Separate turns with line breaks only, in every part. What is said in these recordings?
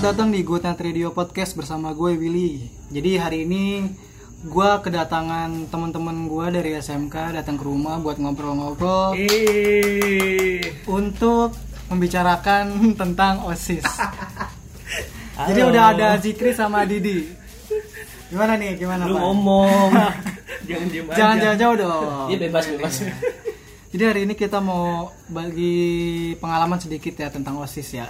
datang di Good Night Radio Podcast bersama gue Willy. Jadi hari ini gue kedatangan teman-teman gue dari SMK datang ke rumah buat ngobrol-ngobrol
Iya. Yeay.
untuk membicarakan tentang OSIS. Jadi udah ada Zikri sama Didi. Gimana nih? Gimana
Lu
Pak?
ngomong. jangan diem aja. Iya,
Jangan jangan jauh dong.
Dia Iya, bebas bebas.
Jadi hari ini kita mau bagi pengalaman sedikit ya tentang OSIS ya.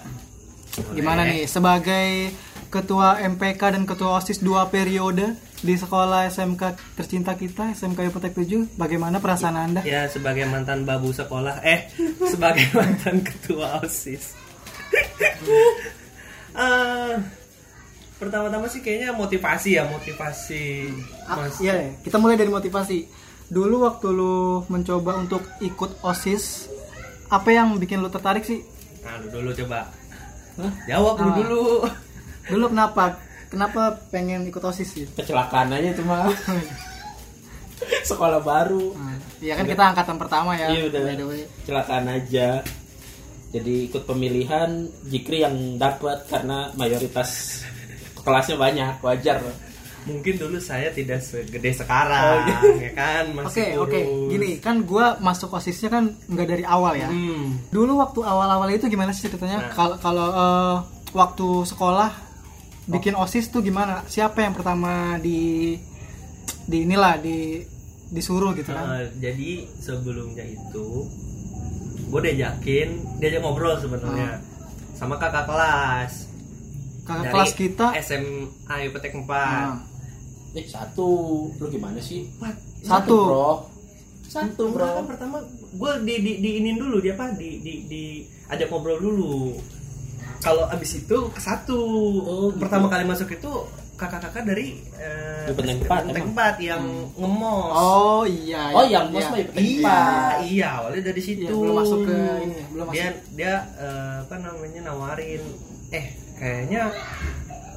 Gimana nih sebagai ketua MPK dan ketua OSIS dua periode di sekolah SMK tercinta kita SMK Yupotek 7 bagaimana perasaan
Iya.
Anda?
Ya sebagai mantan babu sekolah, eh sebagai mantan ketua osis. Eh, pertama-tama sih kayaknya motivasi ya motivasi mas.
Iya, ya. kita mulai dari motivasi. Dulu waktu lu mencoba untuk ikut OSIS, apa yang bikin lu tertarik sih?
Nah lu dulu coba. Jawab lu
Ah.
dulu.
Dulu kenapa? Kenapa pengen ikut OSIS sih?
Kecelakaan aja itu mah. Sekolah baru.
Iya kan kita angkatan pertama ya.
Iya udah.
by the way.
Kecelakaan aja. Jadi ikut pemilihan Jikri yang dapat karena mayoritas kelasnya banyak wajar.
Mungkin dulu saya tidak segede sekarang, ya kan?
Oh, iya. Oke,
Masih
oke.
kurus.
Gini, kan gua masuk OSISnya kan nggak dari awal ya.
Hmm. Nah.
Dulu waktu awal-awal itu gimana sih ceritanya? Kalau kalau eh, waktu sekolah bikin
Oh.
OSIS tuh gimana? Siapa yang pertama di di inilah di disuruh gitu kan?
Eh, jadi sebelumnya itu gue diajakin diajak ngobrol sebenarnya sama kakak kelas
Ah. Kakak
Dari
kelas kita
SMA Yupetek 4
nah,
Eh satu, lu gimana sih?
Satu.
bro. Satu
Enggak, kan
bro.
pertama gue di di diinin dulu dia apa di di di ajak ngobrol dulu kalau abis itu ke satu
Oh, gitu.
pertama kali masuk itu kakak-kakak dari eh,
Yupetek empat,
Yupetek
emang?
empat yang ngemos
Oh iya.
Oh yang bos
iya.
mah ya penting,
Iya,
Pak.
iya awalnya dari situ.
Iya, belum masuk ke ini ya, belum
Dia dia eh, apa namanya nawarin eh kayaknya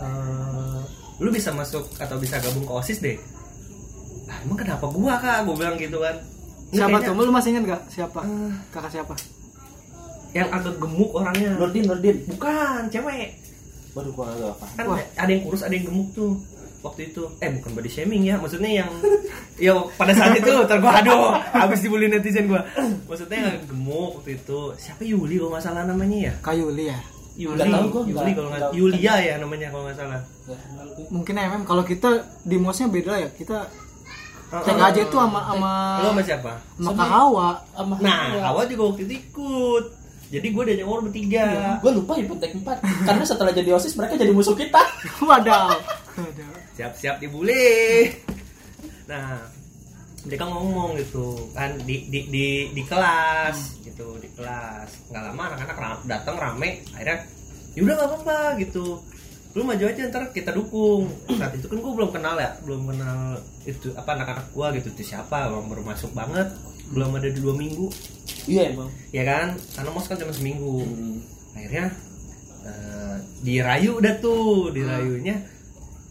eh, lu bisa masuk atau bisa gabung ke OSIS deh. Ah, emang kenapa gua Kak? Gua bilang gitu kan. Ini
Siapa
kayaknya
tuh? Lu masih ingat gak siapa?
Eh.
Kakak siapa?
Yang agak gemuk orangnya.
Nurdin, Nurdin.
Bukan, cewek.
Baru gua nggak apa.
Kan
Wah.
ada yang kurus, ada yang gemuk tuh waktu itu eh bukan body shaming ya maksudnya yang ya pada saat itu ntar gua aduh habis dibully netizen gua maksudnya yang gemuk waktu itu siapa Yuli kalau nggak salah namanya ya
Kayuli ya.
Yuli,
Nggak tahu gua,
Yuli
nggak-
kalau nggak
nggak-
Yulia ya namanya kalau nggak salah.
Mungkin MM kalau kita di mosnya beda ya. Kita
Heeh.
Cek aja tuh sama sama
Lu sama siapa?
sama Kak Hawa.
Sama
Nah, awal juga waktu itu ikut. Jadi gue diajak ngobrol bertiga.
gue lupa hipotek 4 karena setelah jadi osis mereka jadi musuh kita
Wadaw. Wadaw.
Siap-siap dibully. Nah, mereka ngomong gitu kan di di di, di kelas gitu di kelas nggak lama anak-anak ra- datang rame akhirnya yaudah nggak apa-apa gitu lu maju aja ntar kita dukung saat itu kan gue belum kenal ya belum kenal itu apa anak-anak gua gitu itu siapa orang baru masuk banget belum ada dua minggu
iya emang Hmm,
ya kan karena mos kan cuma seminggu akhirnya eh, dirayu udah tuh
Ah.
dirayunya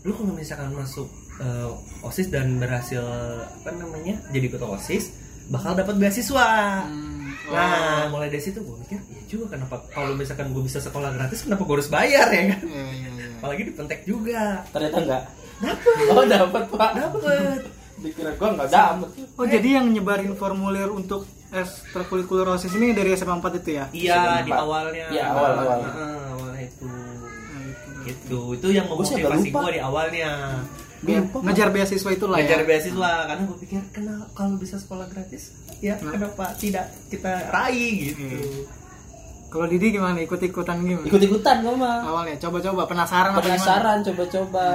lu kalau misalkan masuk eh, osis dan berhasil apa namanya jadi ketua osis bakal dapat beasiswa
Hmm,
nah mulai dari situ gue mikir iya juga kenapa kalau misalkan gue bisa sekolah gratis kenapa gue harus bayar ya kan
Iya, iya,
Hmm.
iya.
apalagi di pentek juga
ternyata enggak
dapat
oh dapat pak
dapat
dikira gue enggak dapat
Oh, jadi yang nyebarin formulir untuk ekstrakurikuler OSIS ini dari SMA 4 itu ya?
iya di
Sempat.
awalnya Nah,
Iya, awal, awal.
Heeh, awalnya itu
Nah, itu.
itu itu yang
Gua sih agak
memotivasi
lupa.
gue di awalnya
Biar- ngejar beasiswa itulah
ngejar
ya.
beasiswa karena gue pikir kenal kalau bisa sekolah gratis ya kenapa tidak kita raih gitu
Kalau Didi gimana ikut-ikutan gimana?
ikut ikutan gue mah
Awalnya coba-coba penasaran apa gimana?
penasaran coba-coba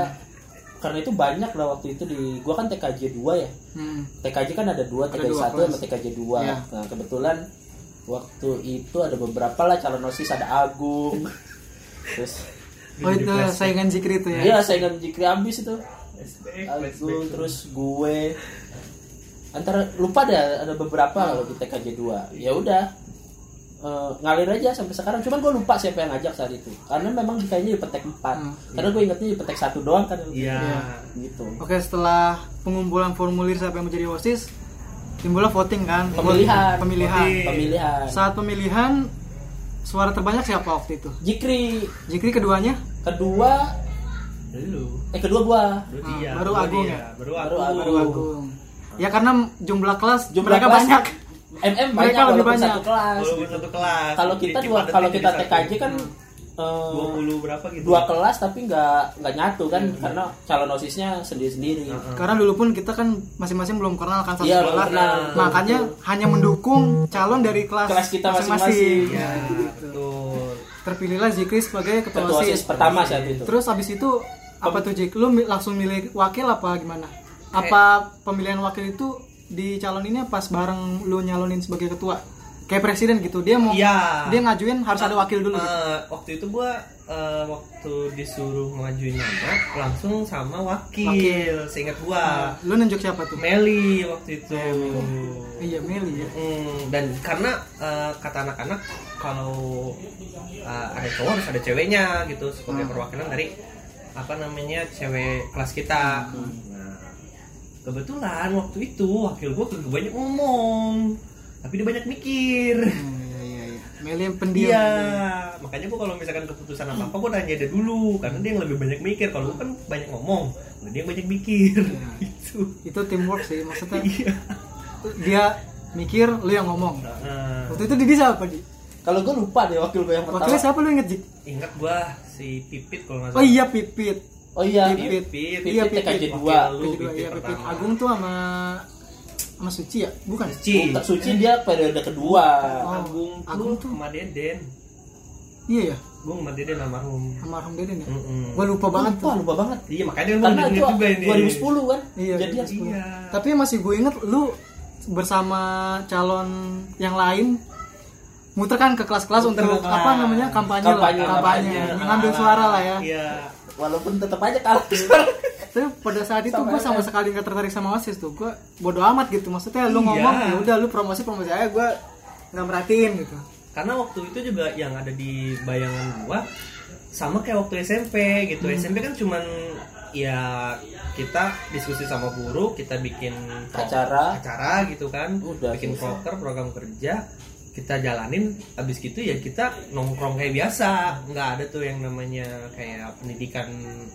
karena itu banyak lah waktu itu di gue kan TKJ 2 ya
Hmm.
TKJ kan ada dua
Ada
TKJ
dua
1
kelas.
sama TKJ 2
Iya.
nah kebetulan waktu itu ada beberapa lah calon osis ada Agung terus
Oh itu saingan Zikri itu ya.
iya saya ingat Jikri abis itu
Eh,
Agung terus gue antara lupa deh ada beberapa kalau di TKJ 2 ya udah Eh, ngalir aja sampai sekarang cuman gue lupa siapa yang ngajak saat itu karena memang kayaknya di petek 4
Hmm.
karena gue ingetnya di petek 1 doang kan
iya
Iya.
gitu
Oke, setelah pengumpulan formulir siapa yang menjadi OSIS, timbullah voting kan?
Pemilihan.
Pemilihan.
Voting.
pemilihan
Saat pemilihan suara terbanyak siapa waktu itu?
Jikri
Jikri keduanya?
kedua
Dulu.
eh kedua gua
Dulu
Ah,
dia.
baru
dulu
Agung
iya, dia,
ya?
Baru
Baru
Agung.
Baru Agung. Ya karena jumlah kelas
Jumlah
mereka
kelas-
banyak.
MM
Mereka
banyak
lebih
walaupun
banyak.
satu kelas
Walaupun satu kelas.
kalau kita
Jadi
dua
cuma
kalau
detik
kita
jadi satu.
TKJ kan eh,
20 berapa gitu.
dua kelas tapi nggak nggak nyatu kan karena calon osisnya sendiri sendiri
Iya. Heeh.
Karena dulu pun kita kan masing-masing belum kenal kan satu
Hmm. Iya, belum
sekolah.
kenal. Hmm.
Makanya hanya mendukung calon dari kelas,
Kelas kita masing-masing.
Iya,
Ya, gitu.
betul.
Terpilihlah Zikri sebagai ketua,
ketua
OSIS.
osis pertama saat itu
Terus abis itu apa tuh Jik? Lu mi- langsung milih wakil apa gimana?
Eh.
Apa pemilihan wakil itu di caloninnya pas bareng lu nyalonin sebagai ketua? Kayak presiden gitu. Dia mau
Iya.
dia ngajuin harus ada wakil dulu. gitu.
Eh, waktu itu gua eh, waktu disuruh ngajuin nama langsung sama wakil, seingat gua.
Ah.
Lu nunjuk siapa tuh?
Meli waktu itu.
Iya, Meli ya.
Hmm, dan karena eh, kata anak-anak kalau eh, ada cowok harus ada ceweknya gitu sebagai
Ah.
perwakilan dari apa namanya cewek kelas kita.
Hmm.
Nah, kebetulan waktu itu wakil gue kagak banyak ngomong, tapi dia banyak mikir.
Hmm, Iya, iya, iya. Meli yang pendiam.
Iya,
ya.
makanya gue kalau misalkan keputusan apa apa gue nanya dia dulu karena dia yang lebih banyak mikir. Kalau gue kan banyak ngomong, kalau dia yang banyak mikir.
Iya.
Gitu.
Itu teamwork sih maksudnya.
Iya.
dia mikir, lu yang ngomong.
Nah,
Waktu itu Didi siapa, Di?
kalau gue lupa deh wakil gue yang
Wakilnya
pertama
siapa lu inget, Jik?
ingat gue si Pipit kalau nggak
Oh iya, Pipit.
oh iya
Pipit.
Pipit.
Iya,
Pipit TKJ
Pipit.
dua.
Wakil lu,
Pipit dua,
Pipit
iya, Pipit.
pertama.
Agung tuh sama sama Suci ya? Bukan.
Suci.
Bukan, suci dia periode kedua
Oh,
Agung,
Agung
tuh
tuh.
sama Deden.
Iya ya,
Gue sama Deden almarhum.
sama Arham Deden ya.
Mm-mm.
Gua lupa banget
lupa
tuh.
lupa banget
Iya makanya gue
karena itu
inget juga ini.
2010 kan
Iya,
jadi
iya.
harus-
Iya.
Tapi masih gue inget lu bersama calon yang lain muter kan ke kelas-kelas
Muter
untuk
ke kelas.
apa namanya kampanye,
Kampanye,
lah, kampanye,
kampanye.
ngambil suara lah ya.
Iya.
walaupun tetap aja kalah
Tapi pada saat itu
Sama
gue sama
LM.
sekali nggak tertarik sama osis tuh. Gue bodo amat gitu. Maksudnya lu
Iya.
ngomong ya udah lu promosi promosi aja gue nggak merhatiin gitu.
Karena waktu itu juga yang ada di bayangan gua sama kayak waktu SMP gitu.
Hmm.
SMP kan cuman ya kita diskusi sama guru, kita bikin pro-
acara
acara gitu kan,
Udah,
bikin
selesai.
proker program kerja kita jalanin habis gitu ya kita nongkrong kayak biasa nggak ada tuh yang namanya kayak pendidikan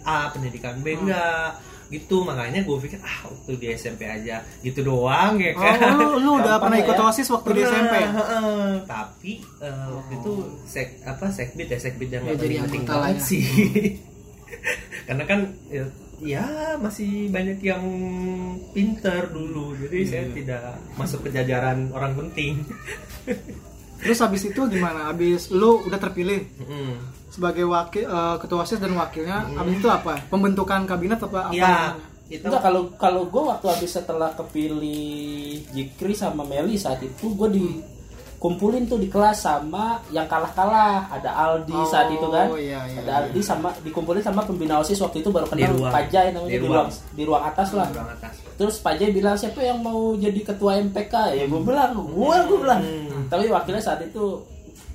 A pendidikan B
Hmm.
enggak gitu makanya gue pikir ah waktu di SMP aja gitu doang ya
Oh,
kan
lu, lu udah
Gampang
pernah
lah
ikut
ya.
osis waktu di
Pernah,
SMP ya?
heeh. tapi eh, waktu itu sek apa sekbid ya sekbid yang
Ya,
nggak
jadi
penting
anggota lah
banget
ya.
sih karena kan ya, ya, masih banyak yang pinter dulu jadi saya tidak masuk ke jajaran orang penting
Terus habis itu gimana? Habis lu udah terpilih
Mm.
sebagai wakil eh, ketua osis dan wakilnya, habis itu apa? Pembentukan kabinet apa apa?
ya itu
Enggak kalau kalau gue waktu habis setelah kepilih Jikri sama Meli saat itu gue dikumpulin tuh di kelas sama yang kalah-kalah ada Aldi
Oh,
saat itu kan
iya, iya,
ada
iya.
Aldi sama dikumpulin sama pembina osis waktu itu baru
Di
kenal
ruang.
Pajai namanya
Di
di
ruang.
ruang di ruang atas lah
orang atas
terus Pajai bilang siapa yang mau jadi ketua MPK ya gue bilang gue gue bilang
Hmm.
tapi wakilnya saat itu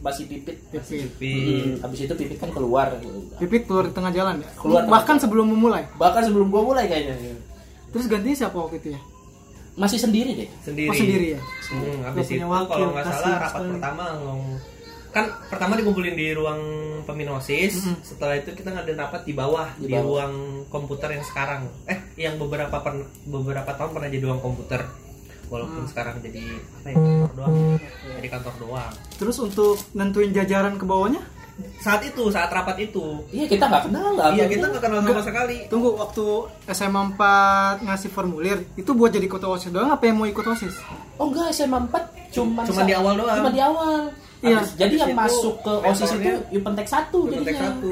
masih pipit
Pipit.
tapi
Hmm, habis itu pipit kan keluar
Pipit keluar di tengah jalan ya.
Keluar tengah
Bahkan sebelum memulai.
bahkan sebelum gue mulai kayaknya
Terus gantinya siapa waktu itu ya?
masih sendiri deh
sendiri
Oh sendiri ya.
Hmm,
Gak
habis
punya
itu
wakil,
kalau nggak
kasihan
salah rapat
sekali.
pertama ngomong kan pertama dikumpulin di ruang peminosis setelah itu kita ngadain rapat di bawah di,
Di bawah.
ruang komputer yang sekarang eh yang beberapa pern- beberapa tahun pernah jadi ruang komputer walaupun sekarang jadi apa ya kantor doang jadi kantor doang
Terus untuk nentuin jajaran ke bawahnya?
saat itu saat rapat itu
Iya kita nggak kenal lah.
iya kita nggak kenal sama sekali
Tunggu waktu SMA 4 ngasih formulir itu buat jadi ketua OSIS doang apa yang mau ikut OSIS?
Oh enggak SMA 4 cuma
Cuma di awal doang.
Cuma di awal.
Iya.
Habis- jadi
Habis
yang
itu
masuk ke OSIS itu
mentornya-
Yupentek
Cuma
1
tek
jadinya.
satu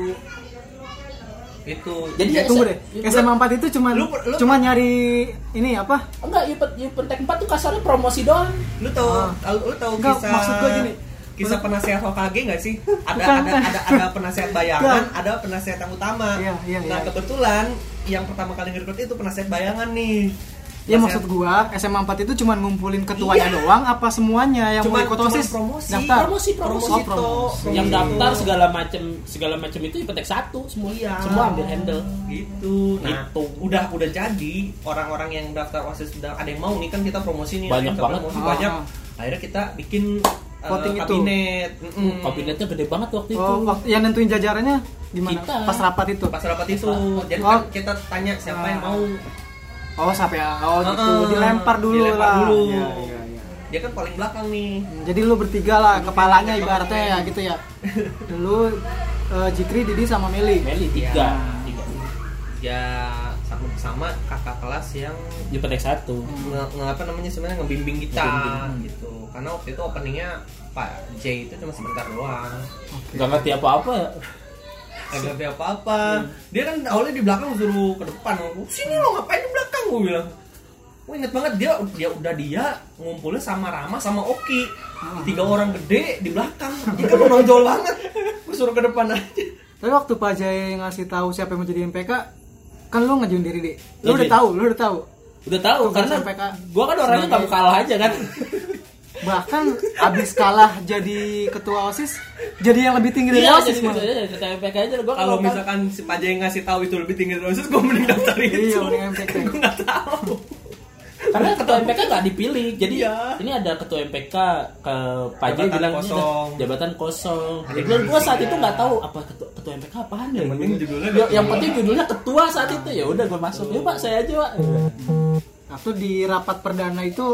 itu
Jadi ya,
Tunggu deh.
Iya,
SMA 4 itu cuma
Lu- lu-
cuma nyari ini apa?
Enggak Yupen, Yupentek 4 tuh kasarnya promosi doang.
lu tahu
Ah.
tahu- lu tahu
Enggak,
kisah
maksud gua gini.
kisah penasehat Hokage nggak sih ada
Bukan,
ada
bukan.
ada ada penasehat bayangan
Enggak.
ada penasehat yang utama
Iya, iya,
nah
iya.
kebetulan yang pertama kali ngerekrut itu penasehat bayangan nih
Ya
Penasehat-
maksud gua SMA 4 itu cuma ngumpulin ketuanya doang apa semuanya yang
Cuman-
mau ikut
cuman
OSIS?
Iya. promosi.
Daftar.
Promosi promosi.
Oh,
itu.
promosi.
Yang
Promosi.
daftar segala macam segala macam itu Yupentek 1 semua.
Iya.
Semua ambil handle.
gitu nah
Gitu.
udah udah jadi orang-orang yang daftar osis udah ada yang mau nih kan kita promosi nih
Banyak
kita
banget.
promosi
Ah.
banyak akhirnya kita bikin eh,
Voting itu.
kabinet mm-mm.
kabinetnya gede banget waktu itu
Oh, waktu yang nentuin jajarannya gimana?
Kita.
Pas rapat itu.
pas rapat itu
Pas-
jadi
Oh.
kan kita tanya siapa yang mau
Oh, sampai ya. Oh, gitu.
Heeh,
dilempar dulu
Ah, dilempar
lah.
dulu.
Iya, iya, iya.
dia kan paling belakang nih
Jadi lu bertiga lah kepalanya ibaratnya ya gitu ya. Dulu eh, Jikri, Didi sama Meli.
Meli tiga
Ya.
tiga
ya sama sama kakak kelas yang
di petek satu
nge, nge- apa namanya sebenarnya ngebimbing kita
Ngebimbing.
gitu karena waktu itu openingnya Pak J itu cuma sebentar doang
nggak ngerti apa apa
agak apa apa
Hmm.
dia kan awalnya di belakang suruh ke depan aku sini lo ngapain di belakang gue bilang gue inget banget dia dia udah dia ngumpulnya sama Rama sama Oki
Hmm.
tiga orang gede di belakang dia kan menonjol banget gue suruh ke depan aja
Tapi waktu Pak Jaya ngasih tahu siapa yang mau jadi MPK, kan lu ngajuin diri, Dik. Lu udah
Ngajuin.
tahu, lu udah tahu.
udah tahu
Tugas
karena
MPK.
gua kan orangnya
ya.
kamu kalah aja kan
Bahkan abis kalah jadi ketua OSIS, jadi yang lebih tinggi dari
iya
OSIS
jadi
malah.
kita MPK aja gua
kalau
kan-
kalah.
misalkan si Pak Jaya ngasih tahu itu lebih tinggi dari Osis gue mending daftar itu
Iya, mending MPK.
gue nggak tahu
karena ketua MPK nggak dipilih jadi
Iya.
ini ada ketua MPK ke Pak
Jabatan
Jai bilang ini
kosong.
ada jabatan kosong
Ada
dan gue saat
divisi,
itu
ya.
nggak tahu apa ketua, ketua MPK apaan ya
Yang penting judulnya
Ya, yang
ketua.
penting judulnya ketua saat itu ya udah gue masuk ya pak saya aja pak
Waktu Nah, di rapat perdana itu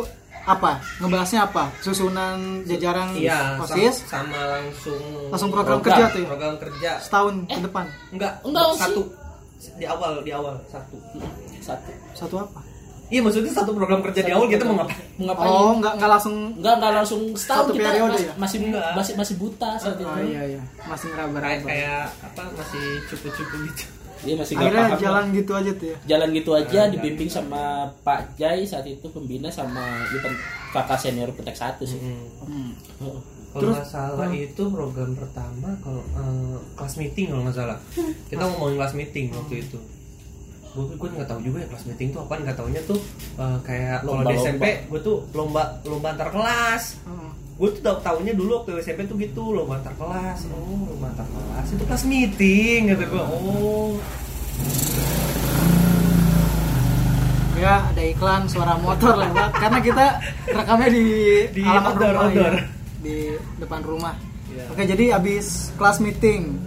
apa? Ngebahasnya apa? Susunan jajaran
Iya, sama,
OSIS
sama langsung
langsung program,
Program.
kerja tuh ya?
program kerja.
Setahun
Eh.
ke depan.
Enggak,
Enggak, Osis.
satu di awal di awal satu.
satu
Satu apa?
Iya maksudnya satu program kerja di awal kita mau ngapain?
mau ngapain
Oh, nggak nggak langsung
nggak nggak langsung setahun
Satu
kita
periode
mas-
ya?
masih
Enggak.
masih masih buta saat itu
Oh iya iya, masih
Kayak,
ngeraba-raba.
kayak apa masih cupu-cupu gitu.
dia Iya, masih nggak
Akhirnya
paham
jalan
lah.
gitu aja tuh ya.
jalan gitu aja dibimbing sama Pak Jai saat itu pembina sama di pen- kakak senior petek satu sih
Hmm.
Oh.
Kalau nggak salah itu program pertama kalau eh, kelas meeting kalau nggak salah.
Hmm.
Kita ngomongin kelas meeting waktu itu. Gue gue nggak tahu juga ya kelas meeting tuh apa nggak taunya tuh eh, kayak kalau di
Lomba-lomba.
SMP gue tuh lomba lomba antar kelas.
Heeh.
gue tuh tau tahunya dulu waktu SMP tuh gitu loh antar kelas
Hmm.
oh lomba antar kelas itu kelas meeting gitu gue oh
Ya, ada iklan suara motor lewat karena kita rekamnya di,
Di
halaman
outdoor,
rumah
outdoor.
ya. di depan rumah.
Iya.
Oke, jadi habis kelas meeting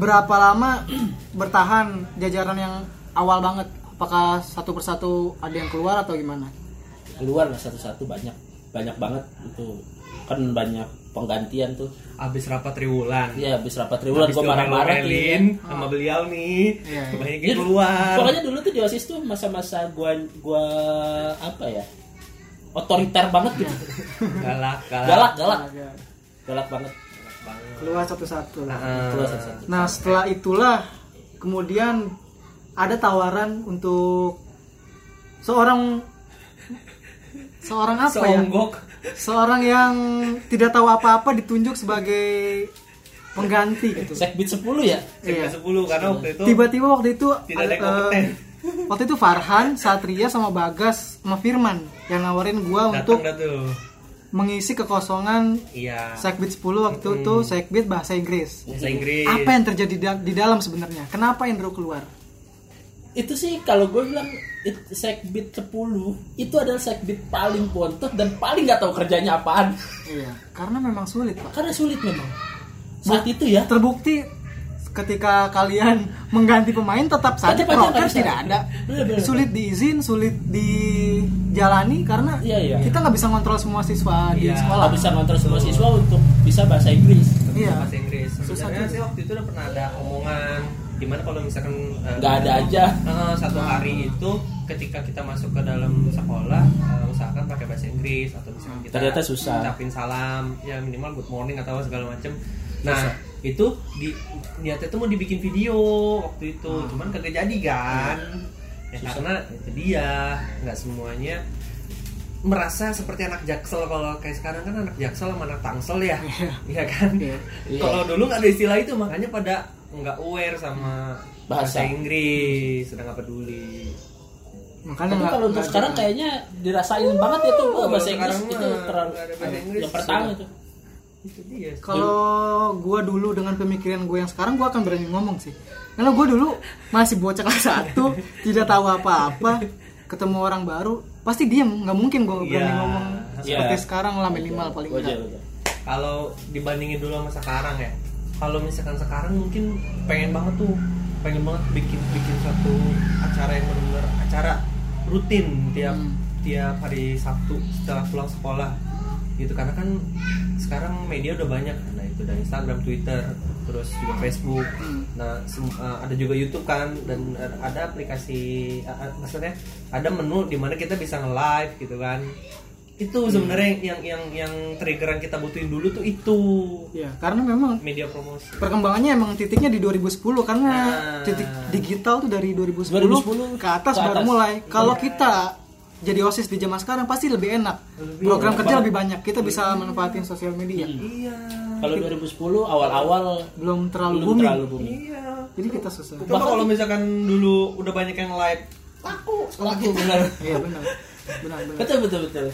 berapa lama bertahan jajaran yang awal banget? Apakah satu persatu ada yang keluar atau gimana?
keluar lah satu-satu banyak banyak banget itu kan banyak penggantian tuh
abis rapat triwulan
ya habis rapat triwulan
Abis
gue marah-marah tuh,
diomelin
ya.
sama beliau nih
Hmm. Iya, iya.
banyak
Ya,
yang keluar
pokoknya dulu tuh di osis tuh masa-masa gua gua apa ya otoriter banget gitu
galak galak,
galak galak galak banget
banget
Keluar satu-satu lah.
Heeh.
Keluar satu-satu.
Nah setelah itulah kemudian ada tawaran untuk seorang seorang apa ya?
seonggok
Seorang yang tidak tahu apa-apa ditunjuk sebagai pengganti gitu.
sekbid 10 ya
SMP
Iya.
10 karena waktu itu
Tiba-tiba waktu itu
Tidak ada
eh,
kompeten.
waktu itu Farhan, Satria sama Bagas sama Firman yang nawarin gua untuk
datang dah tuh
mengisi kekosongan
iya
Sekbid 10 waktu itu
Hmm.
Sekbid bahasa Inggris.
bahasa Inggris
Apa yang terjadi da- di dalam sebenarnya? Kenapa Indro keluar?
itu sih kalau gue bilang it, sekbid 10 itu adalah sekbid paling bontot dan paling nggak tahu kerjanya apaan
Iya, karena memang sulit pak.
karena sulit memang saat itu ya
Terbukti ketika kalian mengganti pemain tetap saja
Tetap aja nggak
progres
bisa.
tidak ada.
Bener, bener.
Sulit diizin, sulit dijalani karena
Iya, iya.
kita nggak bisa ngontrol semua siswa di
Iya.
sekolah.
nggak bisa ngontrol semua siswa untuk bisa bahasa Inggris
Iya.
bahasa Inggris sebenarnya
tuh.
sih waktu itu udah pernah ada omongan gimana kalau misalkan eh,
nggak ada aja
Heeh, satu hari itu ketika kita masuk ke dalam sekolah eh, usahakan pakai bahasa Inggris atau misalkan kita
Ternyata susah.
ngucapin salam ya minimal good morning atau segala macam nah itu di niatnya tuh mau dibikin video waktu itu cuman kagak jadi kan ya,
Ah. Susah.
karena itu dia nggak semuanya merasa seperti anak jaksel kalau kayak sekarang kan anak jaksel sama anak tangsel ya iya kan
Iya.
Iya.
kalau dulu nggak ada istilah itu makanya pada nggak aware sama bahasa,
Bahasa.
Inggris sudah nggak peduli
Makanya
tapi
nggak-
kalau untuk
nggak
sekarang
ada.
kayaknya dirasain banget ya tuh wah,
Kalau
bahasa Inggris
sekarang
itu
mah
terlalu
nggak ada bahasa Inggris.
yang pertama itu
itu dia
Kalau gue dulu dengan pemikiran gue yang sekarang gue akan berani ngomong sih. Karena gue dulu masih bocah kelas satu, tidak tahu apa-apa, ketemu orang baru pasti diem, nggak mungkin gue berani
Iya.
ngomong
Iya.
seperti sekarang lah minimal paling
Wajar,
enggak.
wajar.
kalau dibandingin dulu sama sekarang ya kalau misalkan sekarang mungkin pengen banget tuh pengen banget bikin bikin satu acara yang benar-benar acara rutin tiap
Hmm.
tiap hari Sabtu setelah pulang sekolah gitu karena kan sekarang media udah banyak nah itu dari Instagram, Twitter, terus juga Facebook. Nah sem- eh, ada juga YouTube kan dan eh, ada aplikasi eh, eh, maksudnya ada menu di mana kita bisa nge-live gitu kan.
Hmm.
Itu sebenarnya yang yang yang triggeran kita butuhin dulu tuh itu
ya karena memang
media promosi.
perkembangannya emang titiknya di 2010 karena
Nah.
titik digital tuh dari 2010,
2010
ke atas
ke
baru
atas. Iya.
mulai. Kalau kita jadi osis di zaman sekarang pasti lebih enak.
Lebih
Program
enak
kerja
banget.
lebih banyak. Kita bisa
Iya.
manfaatin sosial media.
Iya.
Kalau 2010 awal-awal
Belum terlalu
belum
booming.
terlalu booming.
Iya.
Jadi kita susah.
Coba kalau misalkan dulu udah banyak yang live laku
Laku benar.
Iya benar. Benar benar.
betul betul betul.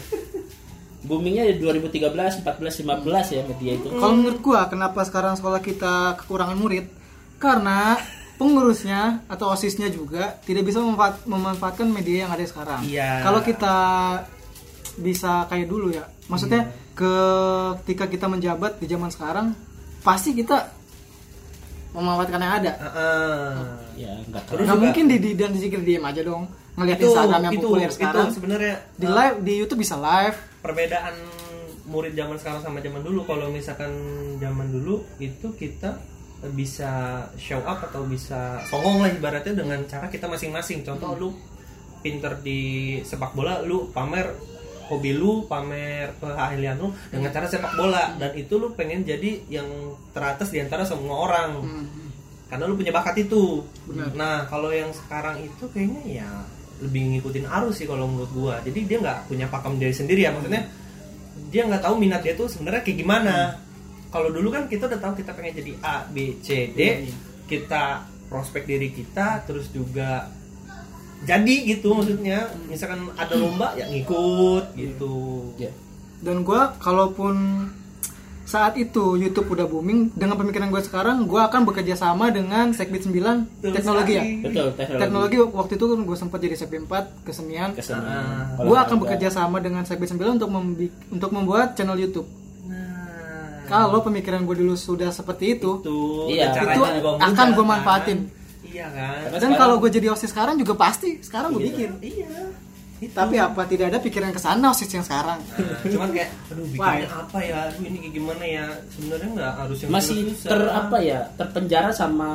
Boomingnya di 2013, 14, 15 ya media itu.
Hmm.
Kalau menurut gua kenapa sekarang sekolah kita kekurangan murid? Karena pengurusnya atau OSISnya juga tidak bisa memanfaat- memanfaatkan media yang ada sekarang.
Iya.
Kalau kita bisa kayak dulu ya. Maksudnya
Hmm.
ke- ketika kita menjabat di zaman sekarang pasti kita memanfaatkan yang ada.
Heeh.
Ya enggak
Iya.
Terus
Nggak
juga-
mungkin di, di dan disikin diem aja dong. Ngeliat
itu
Instagram yang
itu Nah.
populer
itu
sekarang.
sebenarnya
di live di YouTube bisa live.
perbedaan murid zaman sekarang sama zaman dulu kalau misalkan zaman dulu itu kita bisa show up atau bisa songong lah ibaratnya dengan cara kita masing-masing contoh lu pinter di sepak bola lu pamer hobi lu pamer keahlian lu dengan cara sepak bola dan itu lu pengen jadi yang teratas di antara semua orang
Hmm.
karena lu punya bakat itu nah kalau yang sekarang itu kayaknya ya lebih ngikutin arus sih kalau menurut gua jadi dia nggak punya pakem diri sendiri ya maksudnya dia nggak tahu minat dia tuh sebenarnya kayak gimana kalau dulu kan kita udah tahu kita pengen jadi A B C D kita prospek diri kita terus juga jadi gitu maksudnya misalkan ada lomba ya ngikut gitu
Ya.
dan gue kalaupun saat itu YouTube udah booming dengan pemikiran gue sekarang gue akan bekerja sama dengan Sekbid 9
Betul
teknologi ya
sekali.
Betul, teknologi.
teknologi waktu itu kan gue sempat jadi Sekbid 4 kesenian
Kesenian. Kalau
gue ah. akan
ada-
bekerja sama dengan Sekbid 9 untuk membi- untuk membuat channel YouTube
Hmm. nah
kalau pemikiran gue dulu sudah seperti itu
itu dan
Iya,
caranya
itu
juga
akan
mudah,
gue
kan?
manfaatin
iya kan
Tapi
dan
sekarang-
kalau gue jadi osis sekarang juga pasti sekarang gue bikin
iya itu.
tapi apa tidak ada pikiran kesana osis yang sekarang
Nah, cuman kayak aduh bikinnya
Why?
apa ya aduh ini kayak gimana ya sebenarnya nggak harus yang
masih
susah-susah.
ter apa ya? Terpenjara sama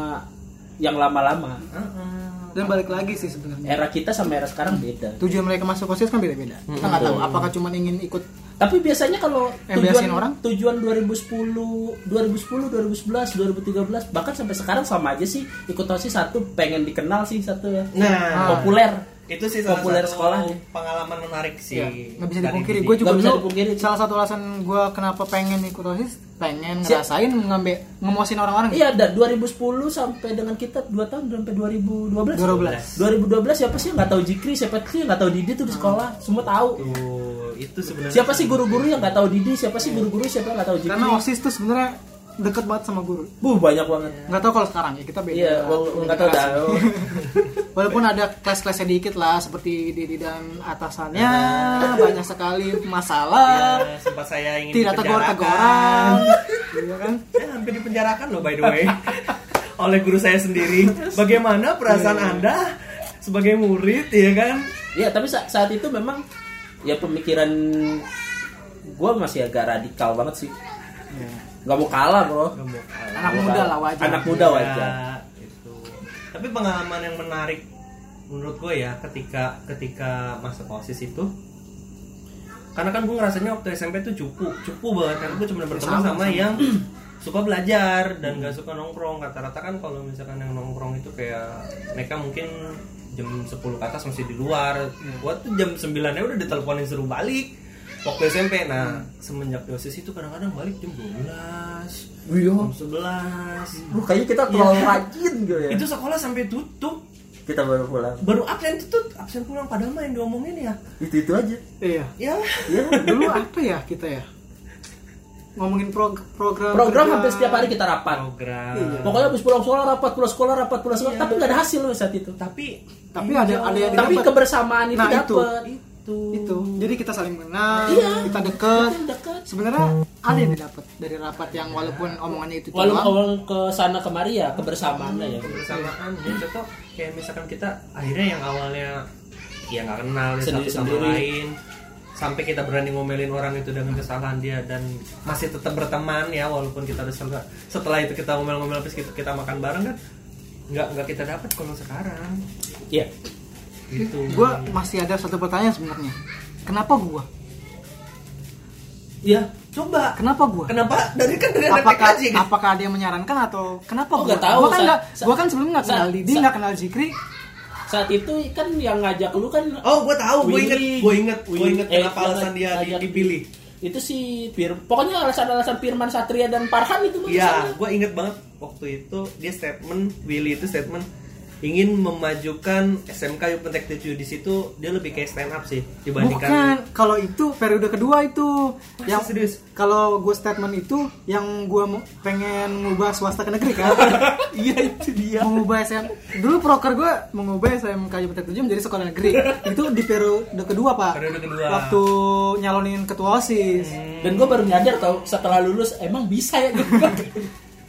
yang lama-lama.
Heeh.
dan balik lagi sih sebenarnya
Era kita sama era sekarang beda.
Eh.
tujuan mereka masuk OSIS kan beda-beda. Kita nggak tahu apakah cuma ingin ikut
Tapi biasanya kalau
Yang
tujuan
biasain orang?
tujuan 2010, 2010, 2011, 2013 bahkan sampai sekarang sama aja sih ikut OSIS satu pengen dikenal sih satu
Iya.
ya.
nah
Populer.
itu sih salah
populer
satu
sekolah. ya?
pengalaman menarik sih
ya nggak bisa
dari
dipungkiri.
diri.
Gue juga
Nggak bisa
dulu
dipungkiri.
salah satu alasan gue kenapa pengen ikut OSIS, pengen
Siap.
ngerasain ngambil ngemosin orang-orang.
Iya, ada 2010 sampai dengan kita 2 tahun sampai 2012.
12.
2012 siapa sih yang nggak tahu Jikri, siapa sih yang nggak tahu Didi tuh di sekolah, semua tahu.
Tuh, itu sebenarnya
Siapa sih guru-guru yang nggak tahu Didi, siapa sih guru-guru siapa yang nggak tahu Jikri?
Karena OSIS tuh sebenarnya deket banget sama guru.
Bu banyak banget.
Nggak tahu kalau sekarang ya kita beda.
Iya, wal- wal- nggak tahu dah.
Walaupun ada kelas-kelasnya dikit lah seperti di, di dan atasannya
Iya.
banyak sekali masalah.
Ya, sempat saya ingin
Tidak
dipenjarakan.
tegur-teguran. Iya kan?
saya hampir dipenjarakan loh by the way oleh guru saya sendiri bagaimana perasaan
Iya.
anda sebagai murid ya kan
Iya, tapi sa- saat itu memang ya pemikiran gua masih agak radikal banget sih.
Iya.
Nggak mau kalah, Bro.
Anak
Nggak mau
muda
kalah.
lah wajar. Iya.
Anak muda wajar.
Ya, itu. Tapi pengalaman yang menarik menurut gue ya ketika ketika masuk osis itu karena kan gue ngerasanya waktu SMP tuh cupu cupu banget karena gue cuma berteman sama, Hmm. yang suka belajar dan gak suka nongkrong rata-rata kan kalau misalkan yang nongkrong itu kayak mereka mungkin jam 10 ke atas masih di luar gue tuh jam 9 nya udah diteleponin suruh balik waktu SMP nah semenjak di osis itu kadang-kadang balik jam 12
Iya.
jam 11
Lu kayaknya kita
Iya.
terlalu rajin gitu ya.
itu sekolah sampai tutup
Kita baru pulang.
baru absen tutup absen pulang padahal mah yang diomongin ya
Itu-itu aja.
Iya.
ya
Iya.
dulu apa ya kita ya ngomongin prog- program
Program
kerja.
hampir setiap hari kita rapat.
program
Iya.
Pokoknya habis pulang sekolah rapat, pulang sekolah rapat, pulang sekolah, tapi nggak ada hasil loh saat itu.
tapi
tapi ada ada yang
Tapi
didapat.
kebersamaan itu
Iya, Nah, itu.
dapet.
itu
itu
itu jadi kita saling mengenal
Iya.
kita deket
Makin dekat
sebenarnya ada yang didapat dari rapat yang walaupun omongannya itu
walaupun
doang,
awal ke sana kemari ya kebersamaan lah ya
kebersamaan ya contoh kayak misalkan kita akhirnya yang awalnya ya nggak kenal ya, satu sama
Sendiri-sendiri.
lain sampai kita berani ngomelin orang itu dengan kesalahan dia dan masih tetap berteman ya walaupun kita udah setelah, setelah itu kita ngomel-ngomel terus kita, kita makan bareng kan nggak nggak kita dapat kalau sekarang
iya
gitu
gue masih ada satu pertanyaan sebenarnya kenapa gue
iya
coba
kenapa gue
kenapa dari kan dari anak
apakah
PKJ kan
apakah dia menyarankan atau kenapa
gitu? Oh,
gua
nggak tahu,
Gua kan
Sa-
nggak
Sa-
gua kan sebelumnya nggak
Sa-
kenal Didi
Sa-
nggak kenal Zikri
saat itu kan yang ngajak lu kan
oh gue tahu gue inget
Willy.
gue inget gue
Willy.
inget
Eh,
kenapa
jangan-
alasan dia di-
jangan-
dipilih
itu si Fir pokoknya alasan-alasan Firman Satria dan Parhan itu mah
Iya,
kesana.
gue inget banget waktu itu dia statement Willy itu statement ingin memajukan SMK Yupentek TCU di situ dia lebih kayak stand up sih
bukan
dibandingkan
kalau itu periode kedua itu
Masa
yang
serius?
kalau gue statement itu yang gue pengen ngubah swasta ke negeri kan
iya itu dia
mengubah SM dulu proker gue mengubah SMK Yupetek 7 menjadi sekolah negeri itu di periode kedua pak
Periode kedua. Hmm.
waktu nyalonin ketua osis
dan gue baru nyadar tau setelah lulus emang bisa ya gitu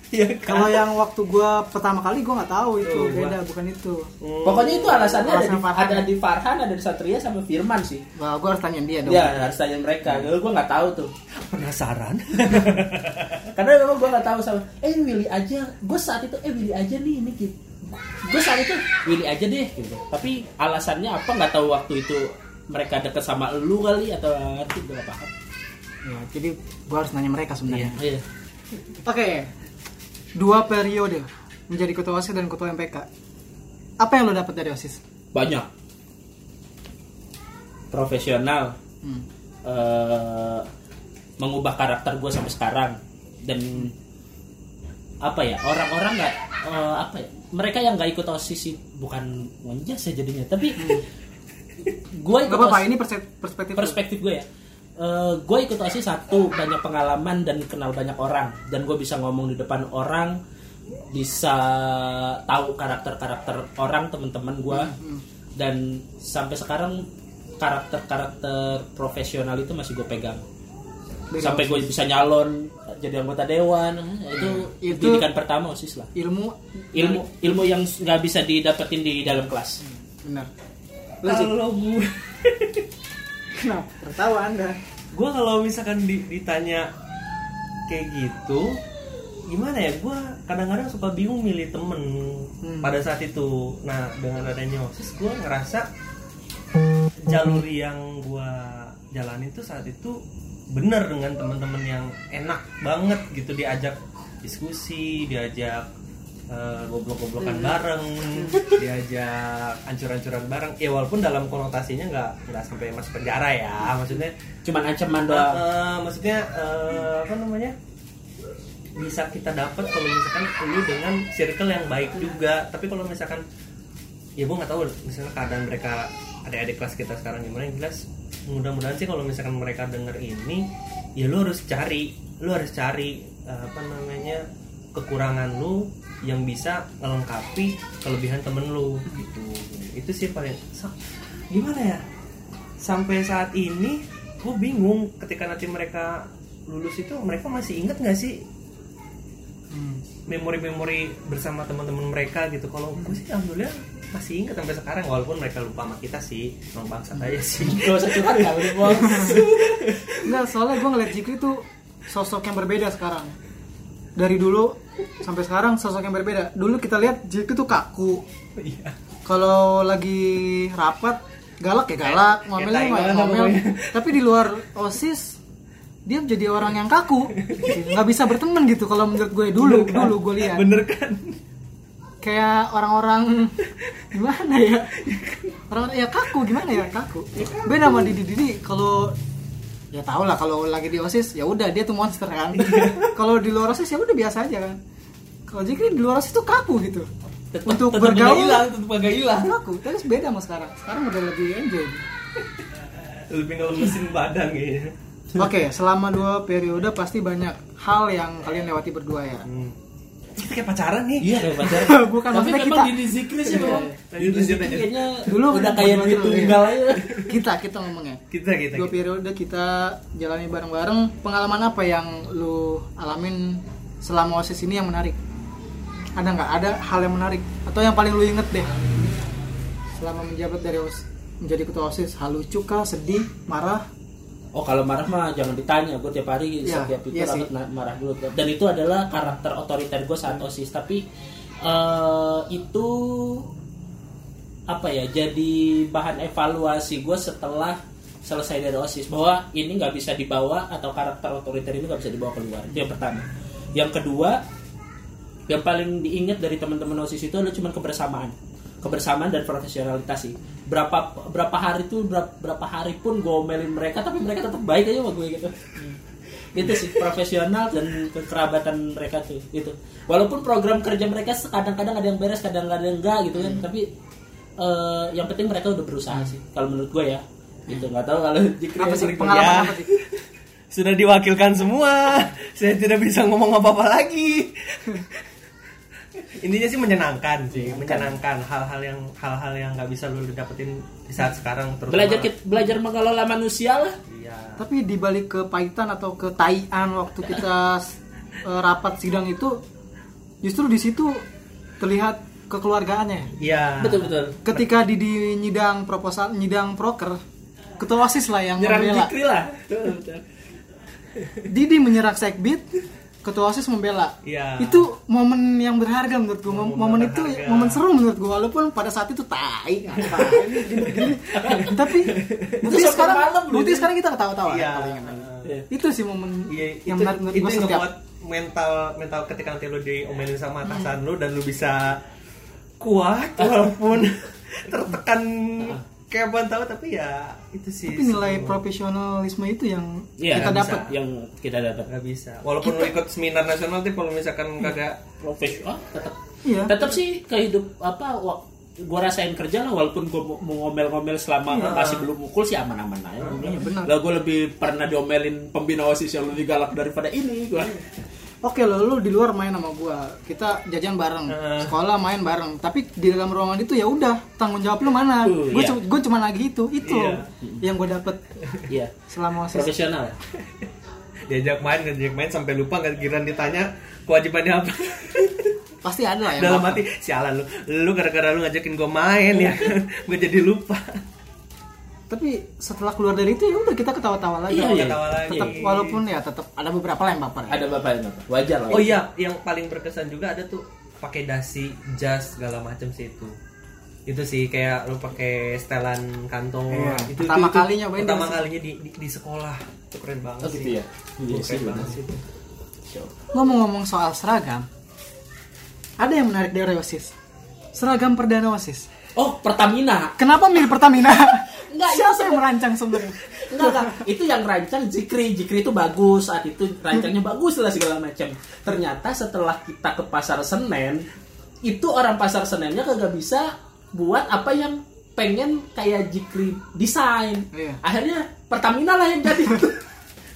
iya
kalau
kan
yang waktu gue pertama kali gue nggak tahu itu
Tuh,
beda bukan itu
pokoknya itu alasannya ada
Alasan
di,
Farhan.
ada di Farhan ada di Satria sama Firman sih
wah gue harus tanya dia dong
Iya.
ya harus tanya mereka gue gue nggak tahu tuh
penasaran
karena memang gue nggak tahu sama eh Willy aja gue saat itu eh Willy aja nih ini gitu gue saat itu Willy aja deh gitu tapi alasannya apa nggak tahu waktu itu mereka deket sama lu kali atau ngerti gue nggak paham
Ya, jadi gue harus nanya mereka sebenarnya
iya
oke dua periode menjadi ketua osis dan ketua MPK apa yang lo dapat dari osis
banyak profesional
Hmm.
eh, mengubah karakter gue sampai sekarang dan apa ya orang-orang nggak eh, apa ya mereka yang nggak ikut osis itu- bukan menjas ya jadinya tapi gue ikut
Gak apa-apa
OSIS-
ini perse- perspektif lo.
perspektif gue ya gue ikut osis satu banyak pengalaman dan kenal banyak orang dan gue bisa ngomong di depan orang bisa tahu karakter karakter orang teman-teman gue dan sampai sekarang karakter karakter profesional itu masih gue pegang
Beda
sampai gue bisa nyalon jadi anggota dewan eh, itu Nah.
Itu-
pendidikan pertama osis lah
ilmu
ilmu ilmu yang nggak bisa didapetin di dalam kelas
Nah, benar Lo, Zik,
kalau gue
kenapa tertawa anda
gue kalau misalkan di- ditanya kayak gitu gimana ya gue kadang-kadang suka bingung milih temen
Hmm.
pada saat itu nah dengan adanya osis gue ngerasa jalur yang gue jalani itu saat itu bener dengan teman-teman yang enak banget gitu diajak diskusi diajak eh, goblok-goblokan bareng diajak ancur-ancuran bareng ya walaupun dalam konotasinya nggak nggak sampai masuk penjara ya maksudnya
cuman ancaman doang
Eh, maksudnya eh, apa namanya bisa kita dapat kalau misalkan lu dengan circle yang baik juga tapi kalau misalkan ya gue nggak tahu misalnya keadaan mereka adik-adik kelas kita sekarang gimana yang jelas mudah-mudahan sih kalau misalkan mereka denger ini ya lu harus cari lu harus cari eh, apa namanya kekurangan lu yang bisa melengkapi kelebihan temen lu gitu itu sih paling sa- gimana ya sampai saat ini gue bingung ketika nanti mereka lulus itu mereka masih inget nggak sih
Hmm.
memori-memori bersama teman-teman mereka gitu kalau gue sih alhamdulillah masih inget sampai sekarang walaupun mereka lupa sama kita sih emang bangsa aja sih
gak usah curhat nggak boleh, Bos.
Enggak, soalnya gue ngeliat Jikri tuh sosok yang berbeda sekarang. Dari dulu sampai sekarang sosok yang berbeda. Dulu kita lihat Jikri tuh kaku.
iya
Kalau lagi rapat galak ya galak, ngomelnya
tai
mah
banget
ngomel.
namanya.
Tapi di luar OSIS dia jadi orang yang kaku. nggak bisa berteman gitu kalau menurut gue dulu, dulu gue lihat.
bener kan
Kayak orang-orang gimana ya? Orang ya kaku gimana ya kaku. Beda sama Didi Didi kalau ya tau lah kalau lagi di osis ya udah dia tuh monster kan kalau di luar osis ya udah biasa aja kan kalau Jikri di luar osis tuh kaku gitu
Tetep-
untuk
tetep
bergaul
nggak hilang tetep nggak hilang
kaku terus beda sama sekarang sekarang udah lebih enjoy
lebih ngelemesin badan kayaknya
oke selama dua periode pasti banyak hal yang kalian lewati berdua ya
Hmm. kita kayak pacaran nih
Iya kayak pacaran.
Bukan,
Tapi
maksudnya kan
memang
kita-
Didi Zikri sih
Iya.
memang.
Lanjut,
Didi
lanjut,
Zikri
lanjut.
kayaknya
Dulu
udah kayak gitu.
buat-
duit
buat-
tunggal aja.
kita kita ngomongnya
kita kita,
dua
kita.
periode kita jalani bareng-bareng pengalaman apa yang lu alamin selama osis ini yang menarik ada nggak ada hal yang menarik atau yang paling lu inget deh selama menjabat dari OSIS menjadi ketua osis hal lucu kah sedih marah
Oh kalau marah mah jangan ditanya, gue tiap hari
Iya,
setiap itu
iya sih.
rapat na- marah dulu. Dan itu adalah karakter otoriter gue saat osis. Tapi eh, itu apa ya? Jadi bahan evaluasi gue setelah selesai dari osis bahwa ini nggak bisa dibawa atau karakter otoriter ini nggak bisa dibawa keluar. Itu yang pertama. Yang kedua, yang paling diingat dari teman-teman osis itu adalah cuman kebersamaan kebersamaan dan profesionalitas sih berapa berapa hari tuh berapa, berapa hari pun gue omelin mereka tapi mereka tetap baik aja sama gue gitu itu sih profesional dan kekerabatan mereka tuh gitu walaupun program kerja mereka kadang-kadang ada yang beres kadang-kadang enggak gitu
Hmm.
kan tapi eh, yang penting mereka udah berusaha sih kalau menurut gue ya gitu nggak tahu kalau
Hmm.
Jikri
apa
yang
sih
sering
pengalaman
ya.
apa sih
sudah diwakilkan semua saya tidak bisa ngomong apa-apa lagi intinya sih menyenangkan sih menyenangkan hal-hal yang hal-hal yang nggak bisa lu dapetin di saat sekarang terus
belajar kit- belajar mengelola manusia lah
iya
tapi dibalik ke paitan atau ke taian waktu kita eh, rapat sidang itu justru di situ terlihat kekeluargaannya
iya
Nah.
betul betul
ketika di, di nyidang proposal nyidang proker ketua osis lah yang
nyerang
membela
Jikri lah Betul, betul.
Didi menyerang sekbid ketua osis membela
Iya.
itu momen yang berharga menurut gue momen,
Momen
itu
berharga.
momen seru menurut gue walaupun pada saat itu tai ngapain gini-gini. tapi bukti
sampai
sekarang
malam loh,
bukti
Didi.
sekarang kita ketawa-tawa
gitu. Iya.
paling enak.
Iya.
itu sih momen
Iya,
yang
itu,
menarik menurut
itu
gue
yang
setiap
ngebuat mental mental ketika nanti lu diomelin sama atasan lu dan lu bisa kuat walaupun tertekan kayak ban tahu tapi ya itu sih
tapi nilai
seru.
profesionalisme itu yang
Iya,
kita
bisa.
dapat
yang kita dapat
nggak bisa Hmm. walaupun lu ikut seminar nasional tuh kalau misalkan kagak
profesional tetap
iya
tetap oh, sih kehidup apa wa- gua rasain kerja lah walaupun gua mau- mau ngomel-ngomel selama masih belum mukul sih aman-aman aja
iya, benar.
lah gua lebih pernah diomelin pembina osis yang lebih galak daripada ini gua
Oke lo, lu di luar main sama gua. Kita jajan bareng,
Heeh.
sekolah main bareng. Tapi di dalam ruangan itu ya udah tanggung jawab lu mana?
Uh,
gue
iya.
cuma lagi itu, itu
Iya.
yang gue dapet
iya
selama osis.
profesional
diajak main diajak main sampai lupa nggak giran ditanya kewajibannya apa
Pasti ada lah ya.
dalam hati sialan lu lu gara-gara lu ngajakin gua main ya gue jadi lupa
Tapi setelah keluar dari itu ya udah kita ketawa-tawa lagi.
Iya, iya.
Ketawa lagi.
Tetap walaupun ya tetap ada beberapa lah yang baper. Ya.
ada bapak yang bapak wajar lah
oh iya yang paling berkesan juga ada tuh pakai dasi jas segala macam sih itu itu sih kayak lu pakai setelan kantor
Iya.
itu
Pertama
itu- itu
kali nyobain
pertama
dasi.
kalinya di, di, di sekolah itu keren banget
Oh,
sih
gitu ya
Itu
Iya sih,
keren banget
benar.
sih itu.
Ngomong-ngomong soal seragam, ada yang menarik dari osis. Seragam perdana osis.
oh Pertamina
Kenapa milih Pertamina?
Enggak, itu
Siapa yang merancang sebenarnya?
Enggak, enggak. Itu yang rancang Jikri. Jikri itu bagus. Saat itu rancangnya
Hmm.
bagus lah segala macam. Ternyata setelah kita ke pasar Senen, itu orang pasar Senennya kagak bisa buat apa yang pengen kayak Jikri desain.
Iya.
Akhirnya Pertamina lah yang jadi.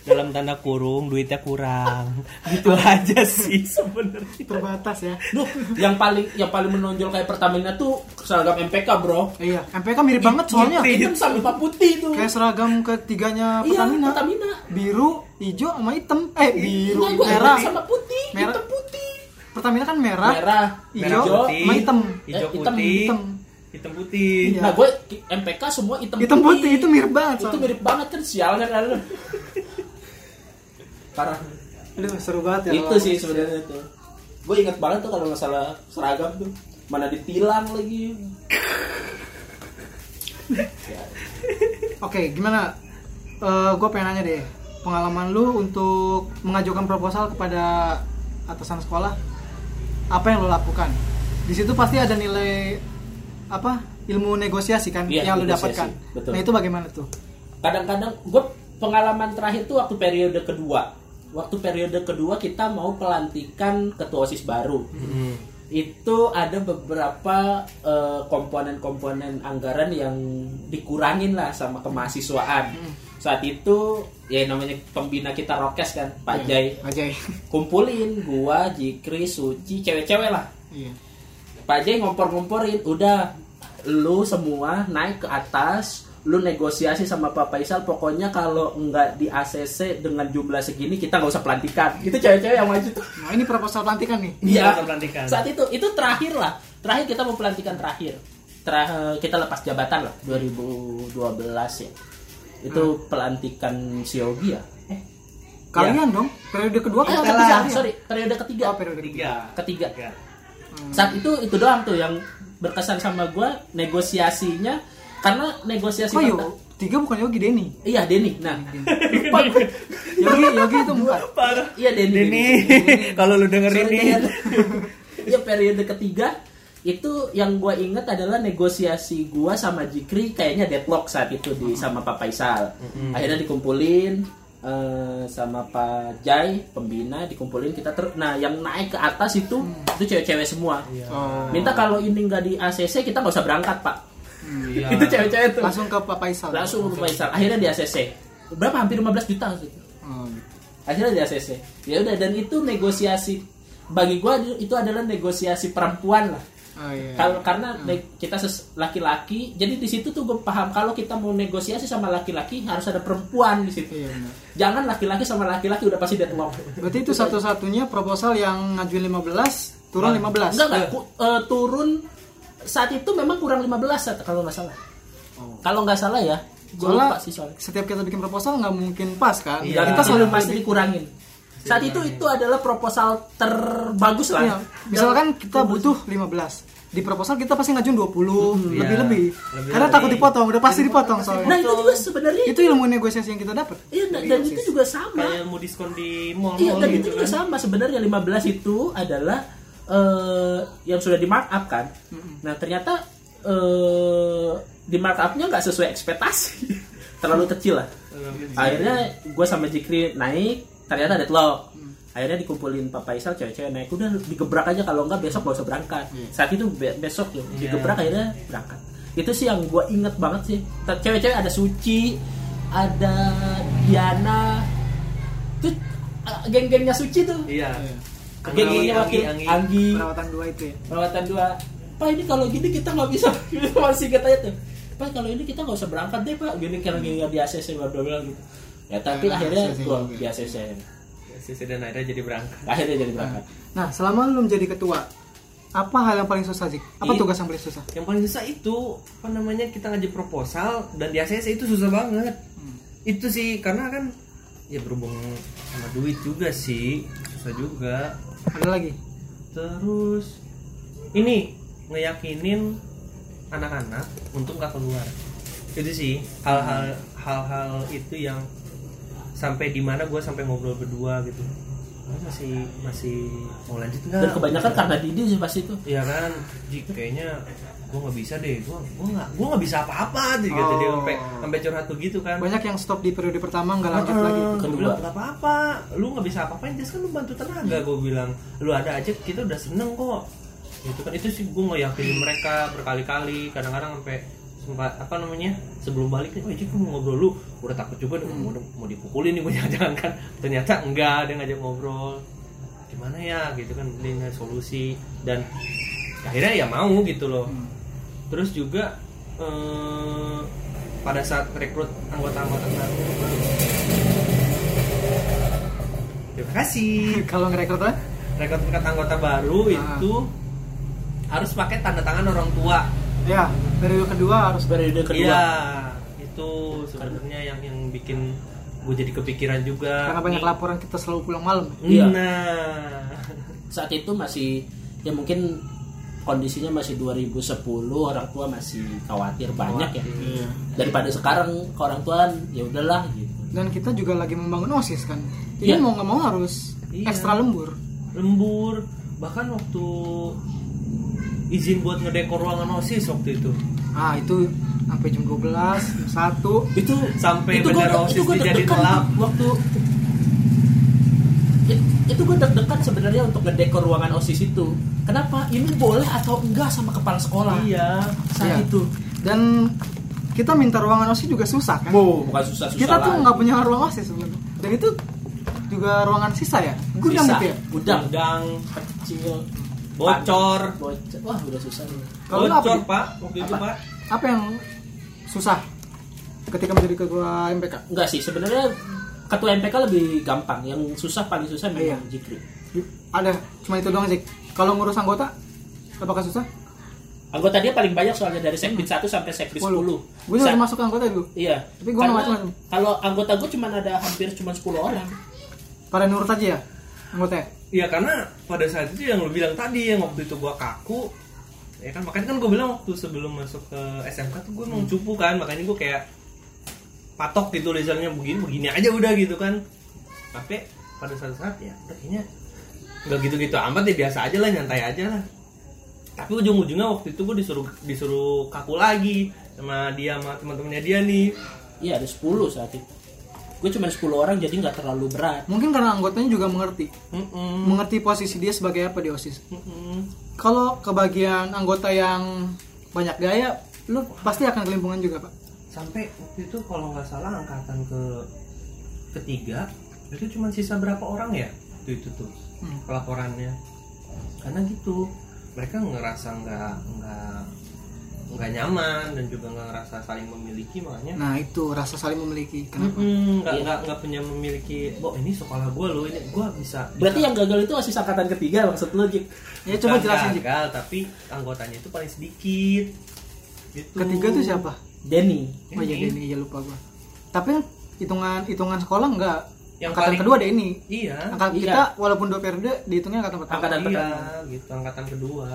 dalam tanda kurung duitnya kurang gitu
Iya,
aja sih sebenarnya
Terbatas ya.
Duh, yang paling yang paling menonjol kayak Pertamina tuh seragam MPK, Bro.
Iya, MPK mirip banget soalnya.
Itu sama Pak Putih tuh.
Kayak seragam ketiganya
gitu. Iya,
Pertamina.
Pertamina.
Biru, hijau, sama hitam. Eh, biru,
Nah, gua
merah.
sama putih,
Merah.
hitam putih.
Pertamina kan merah,
Merah.
hijau, sama hitam.
hijau
Eh, hitam,
putih
hitam.
hitam putih
Iya.
Nah gue MPK semua hitam,
Hitam putih, itu mirip banget
Itu
soalnya.
mirip banget kan sial kan lalu. Parah.
Aduh, seru banget ya.
itu
kalau-
sih sebenarnya itu. Gue ingat banget tuh kalau masalah seragam tuh mana ditilang lagi.
Oke, gimana? gue pengen nanya deh, pengalaman lu untuk mengajukan proposal kepada atasan sekolah, apa yang lu lakukan? Di situ pasti ada nilai apa ilmu negosiasi kan
Iya,
yang lu
negosiasi.
dapatkan.
Betul.
Nah itu bagaimana tuh?
Kadang-kadang gue pengalaman terakhir tuh waktu periode kedua. Waktu periode kedua kita mau pelantikan ketua osis baru.
Hmm.
itu ada beberapa eh, komponen-komponen anggaran yang dikurangin lah sama kemahasiswaan saat itu ya namanya pembina kita rokes kan
Hmm. Iya.
Pak Jai
Ajay.
kumpulin gua Jikri Suci cewek-cewek lah
Iya.
Pak Jai ngompor-ngomporin udah lu semua naik ke atas lu negosiasi sama Pak Faisal pokoknya kalau nggak di ACC dengan jumlah segini kita nggak usah pelantikan itu cewek-cewek yang maju tuh
Nah, ini proposal pelantikan nih.
Iya, pelantikan.
Saat itu itu terakhir lah. Terakhir kita mau pelantikan terakhir. Tera- kita lepas jabatan lah 2012 ya. Itu
Hmm.
pelantikan si Yogi ya. Eh,
Kalian dong, periode kedua
eh,
kan
ketiga,
kalian.
sorry, periode ketiga.
Oh, periode Hmm. ketiga.
tiga
Ketiga.
tiga
Saat itu itu doang tuh yang berkesan sama gua negosiasinya karena negosiasi
Oh, yo,
perta-
tiga bukan Yogi Denny.
Iya, Denny. Nah, lupa gua.
Yogi, Yogi itu bukan.
parah
Iya, Denny.
Denny kalau lu denger
Sorry,
ini
Dad. ya periode ketiga itu yang gue inget adalah negosiasi gue sama Jikri kayaknya deadlock saat itu di sama Pak Faisal. Akhirnya dikumpulin eh, sama Pak Jai pembina dikumpulin kita ter nah yang naik ke atas itu itu cewek-cewek semua.
Oh.
Minta kalau ini nggak di ACC kita nggak usah berangkat pak.
Iya.
Itu cewek-cewek tuh
Langsung ke Pak Faisal.
langsung ke Pak Faisal. Akhirnya di ACC berapa hampir 15 juta gitu
Oh, gitu.
akhirnya di ACC ya udah dan itu negosiasi bagi gua itu adalah negosiasi perempuan lah
Oh, iya.
kalau karena ne- kita ses- laki-laki jadi di situ tuh gue paham kalau kita mau negosiasi sama laki-laki harus ada perempuan di situ
Iya, benar.
jangan laki-laki sama laki-laki udah pasti deadlock
Berarti itu satu-satunya proposal yang ngajuin 15 turun 15.
Ah. enggak enggak ku- eh, turun saat itu memang kurang 15 saat- kalau nggak salah
Oh.
kalau nggak salah ya gue
Soalnya
lupa sih soalnya
setiap kita bikin proposal nggak mungkin pas kan?
Iya.
Kita selalu
pasti dikurangin saat itu itu adalah proposal terbagus lah
Iya. Misalkan kita butuh 15 di proposal kita pasti ngajuin 20
Hmm.
lebih-lebih.
Lebih-lebih.
Karena takut dipotong, udah pasti dipotong
Iya.
soalnya.
Nah itu juga sebenarnya
Itu ilmu negosiasi yang kita dapat.
iya, nah, dan itu juga sama.
kayak mau diskon di mall
Iya
mall
dan itu
gitu
juga sama sebenarnya 15 itu adalah eh, yang sudah di markup kan. Nah ternyata eh, di markupnya nggak sesuai ekspektasi, terlalu kecil lah. Akhirnya gue sama Jikri naik, ternyata deadlock. Akhirnya dikumpulin Pak Faisal cewek-cewek naik udah digebrak aja kalau nggak besok gak usah berangkat. Saat itu be- besok ya, digebrak akhirnya berangkat. Itu sih yang gue inget banget sih. Ter- Cewek-cewek ada Suci, ada Diana, itu uh, geng-gengnya Suci tuh.
iya
Geng-gengnya wakil Anggi.
Anggi, Anggi.
Iya.
Perawatan dua itu ya.
perawatan dua. Pak ini kalau gini kita nggak bisa masih kata aja tuh. Pak kalau ini kita nggak usah berangkat deh Pak. Gini kalau gini nggak di ACC bla bla bla gitu. Ya tapi
Nah,
akhirnya
ACC
gua
juga.
di ACC.
Sisi dan akhirnya jadi berangkat
Akhirnya jadi berangkat.
Nah, selama lu menjadi ketua, apa hal yang paling susah, Zik? Apa
Iya.
tugas yang paling susah?
yang paling susah itu apa namanya kita ngajak proposal dan di ACC itu susah banget itu sih karena kan ya berhubung sama duit juga sih susah juga
Ada lagi?
terus ini ngeyakinin anak-anak untuk nggak keluar itu sih hal-hal hal-hal itu yang sampai di mana gue sampai ngobrol berdua gitu "Oh, masih masih mau lanjut nggak
Dan kebanyakan karena Didi sih pasti itu.
Iya kan, Ji, kayaknya gue nggak bisa deh, gue gue nggak gue nggak bisa apa-apa gitu
Oh.
dia sampai sampai curhat tuh gitu kan.
Banyak yang stop di periode pertama nggak lanjut
Uh-uh.
lagi.
Gue bilang nggak apa-apa, lu nggak bisa apa-apain, just kan lu bantu tenaga gue bilang, lu ada aja kita udah seneng kok. Gitu kan itu sih gue yakinin mereka berkali-kali, kadang-kadang sampai sempat apa namanya sebelum balik oh Ji, gue mau ngobrol lu udah takut juga deh,
Hmm.
mau, mau dipukulin nih gue jangan kan ternyata enggak dia ngajak ngobrol gimana ya gitu kan dia ngasih solusi dan akhirnya ya mau gitu loh
Hmm.
terus juga eh, pada saat rekrut anggota-anggota baru terima kasih
Kalau ngerekrut lah,
rekrut-rekrut anggota baru
Ah.
itu harus pakai tanda tangan orang tua
ya periode kedua harus
Periode kedua.
iya itu sebenarnya yang yang bikin gue jadi kepikiran juga
karena banyak laporan kita selalu pulang malam.
Iya.
nah
Saat itu masih ya mungkin kondisinya masih 2010 orang tua masih khawatir banyak ya
Iya.
daripada sekarang ke orang tua ya udahlah gitu
Dan kita juga lagi membangun osis kan. Jadi
Iya.
mau nggak mau harus
Iya.
ekstra lembur.
lembur bahkan waktu izin buat ngedekor ruangan osis waktu itu
Ah itu sampai jam 12, jam 1
itu
Sampai
itu
bendera
gua-
OSIS
itu gua
dijadiin
deg-degan
lap.
tuh waktu It- itu gue deg-degan sebenarnya untuk ngedekor ruangan osis itu kenapa ini boleh atau enggak sama kepala sekolah
iya
saat
Iya.
itu
dan kita minta ruangan osis juga susah kan
Bu, bukan susah susah.
kita tuh nggak punya ruang osis sebenarnya dan itu juga ruangan sisa ya gudang gitu ya
Udang,
Udang,
kecil,
bocor
bocor. Wah, udah susah nih.
kalau lu apa
bocor
Dit?
pak waktu itu
Apa?
pak
apa yang susah ketika menjadi ketua MPK
Enggak sih, sebenarnya ketua MPK lebih gampang. Yang susah paling susah
Iya.
memang jikri.
ada cuma itu doang Jack kalau ngurus anggota apakah susah
Anggota dia paling banyak soalnya dari sekbid 1 sampai sekbid
gue
10.
Hmm. juga
Sa-
masuk ke anggota dulu
Iya.
Tapi gua
Karena
macam-macam.
Kalau anggota gue cuma ada hampir cuma 10 orang.
pada nurut aja ya anggota ya?
Iya karena pada saat itu yang lo bilang tadi yang waktu itu gua kaku ya kan makanya kan gue bilang waktu sebelum masuk ke SMK tuh gue emang
Hmm.
cupu kan makanya gue kayak patok gitu lisannya begini begini aja udah gitu kan tapi pada saat saat ya udah kayaknya nggak gitu gitu amat ya biasa aja lah nyantai aja lah tapi ujung ujungnya waktu itu gue disuruh disuruh kaku lagi sama dia sama teman-temannya dia nih
Iya, ada 10 saat itu. Gue cuma 10 orang jadi nggak terlalu berat.
mungkin karena anggotanya juga mengerti
Mm-mm,
mengerti posisi dia sebagai apa di osis
mm-mm.
kalau kebagian anggota yang banyak gaya lu pasti akan kelimpungan juga pak
sampai waktu itu kalau nggak salah angkatan ke ketiga itu cuma sisa berapa orang ya waktu itu tuh
Hmm.
pelaporannya karena gitu mereka ngerasa nggak nggak nggak nyaman dan juga nggak ngerasa saling memiliki makanya
nah itu rasa saling memiliki kenapa Iya.
Mm-mm, nggak nggak nggak punya memiliki Bo ini sekolah gue loh ini gue bisa
Berarti yang gagal itu masih angkatan ketiga maksud lo, Jik.
ya coba
Bukan
jelasin Jik.
gagal tapi anggotanya itu paling sedikit gitu.
ketiga tuh siapa
Denny.
oh iya Denny
Denny.
ya lupa gua tapi yang hitungan hitungan sekolah enggak
Yang
angkatan
paling-
kedua ada ini
iya
angkatan
Iya.
kita walaupun dua periode dihitungnya angkatan pertama
Angkatan
iya
pertama.
gitu angkatan kedua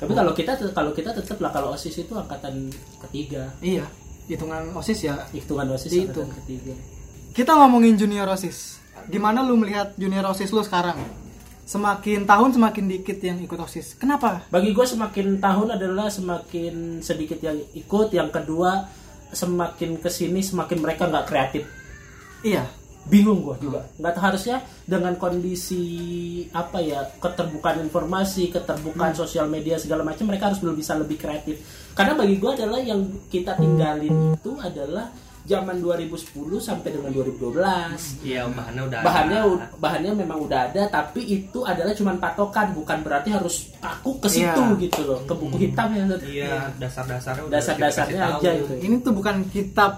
Tapi kalau kita kalau kita tetap lah kalau OSIS itu angkatan ketiga.
iya hitungan osis ya
Hitungan OSIS
Di
angkatan
itu.
ketiga.
Kita ngomongin junior OSIS. Gimana lu melihat junior OSIS lu sekarang? Semakin tahun semakin dikit yang ikut OSIS. Kenapa?
Bagi gue semakin tahun adalah semakin sedikit yang ikut. Yang kedua semakin kesini semakin mereka nggak kreatif.
Iya.
Bingung gue juga. Nggak tahu harusnya dengan kondisi apa ya keterbukaan informasi, keterbukaan sosial media segala macam mereka harus belum bisa lebih kreatif. Karena bagi gue adalah yang kita tinggalin itu adalah zaman 2010 sampai dengan 2012.
Iya, bahannya udah. ada.
bahannya u- bahannya memang udah ada tapi itu adalah cuman patokan bukan berarti harus aku ke situ
Iya.
gitu loh ke buku hitam ya
Iya, dasar-dasarnya udah
dasar-dasarnya
kita kasih
aja
tahu. Iya,
itu
Ini tuh bukan kitab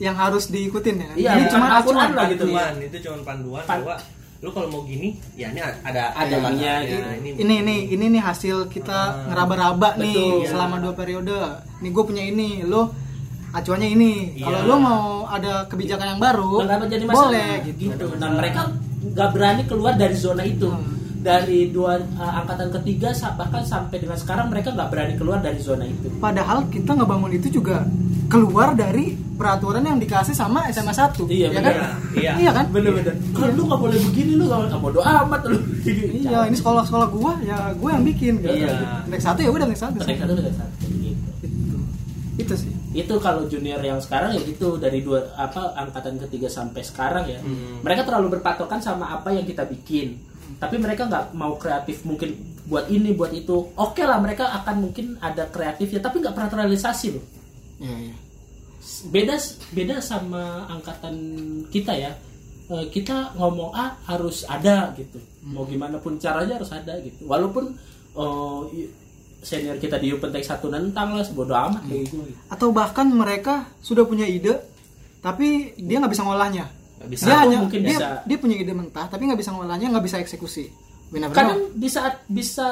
yang harus diikutin ya. kan?
Iya,
Ini
bukan
cuma
Al-Quran
acuan
lah gitu.
Panduan, itu cuma panduan
Pan-
bahwa lu kalau mau gini, ya ini ada
Ada
bahannya,
gitu.
Ini,
Ini ini ini nih hasil
Ah,
kita ngeraba-raba
Iya.
nih selama dua periode. Nih gue punya ini, lo acuannya ini. Kalau
Iya.
lo mau ada kebijakan yang baru,
kenapa jadi masalah
boleh gitu.
gitu nah mereka nggak berani keluar dari zona itu
Hmm.
dari dua uh, angkatan ketiga sa- bahkan sampai dengan sekarang mereka nggak berani keluar dari zona itu
Padahal kita ngebangun itu juga keluar dari peraturan yang dikasih sama SMA 1
Iya,
ya
bener.
kan?
Iya.
kan?
bener-bener kalau lu nggak boleh begini lu nggak nggak bodo amat lu
Iya, ini sekolah-sekolah gua ya gua yang bikin. Gitu.
Iya.
Nek satu ya udah nek satu.
mereka tuh udah satu gitu
Gitu. Itu sih.
itu kalau junior yang sekarang ya gitu dari dua apa angkatan ketiga sampai sekarang ya mereka terlalu berpatokan sama apa yang kita bikin tapi mereka nggak mau kreatif mungkin buat ini buat itu oke lah mereka akan mungkin ada kreatifnya tapi nggak pernah terrealisasi loh
Iya, iya.
S- beda beda sama angkatan kita ya Eh, kita ngomong A harus ada gitu mau gimana pun caranya harus ada gitu walaupun eh, i- senior kita di Yupentek satu nentang lah sebodoh amat kayak gitu
Atau bahkan mereka sudah punya ide tapi dia nggak bisa ngolahnya.
Nggak bisa.
Dia
Atau
hanya
mungkin
dia,
bisa.
dia punya ide mentah tapi nggak bisa ngolahnya, nggak bisa eksekusi. Benar
kadang
benar.
di saat bisa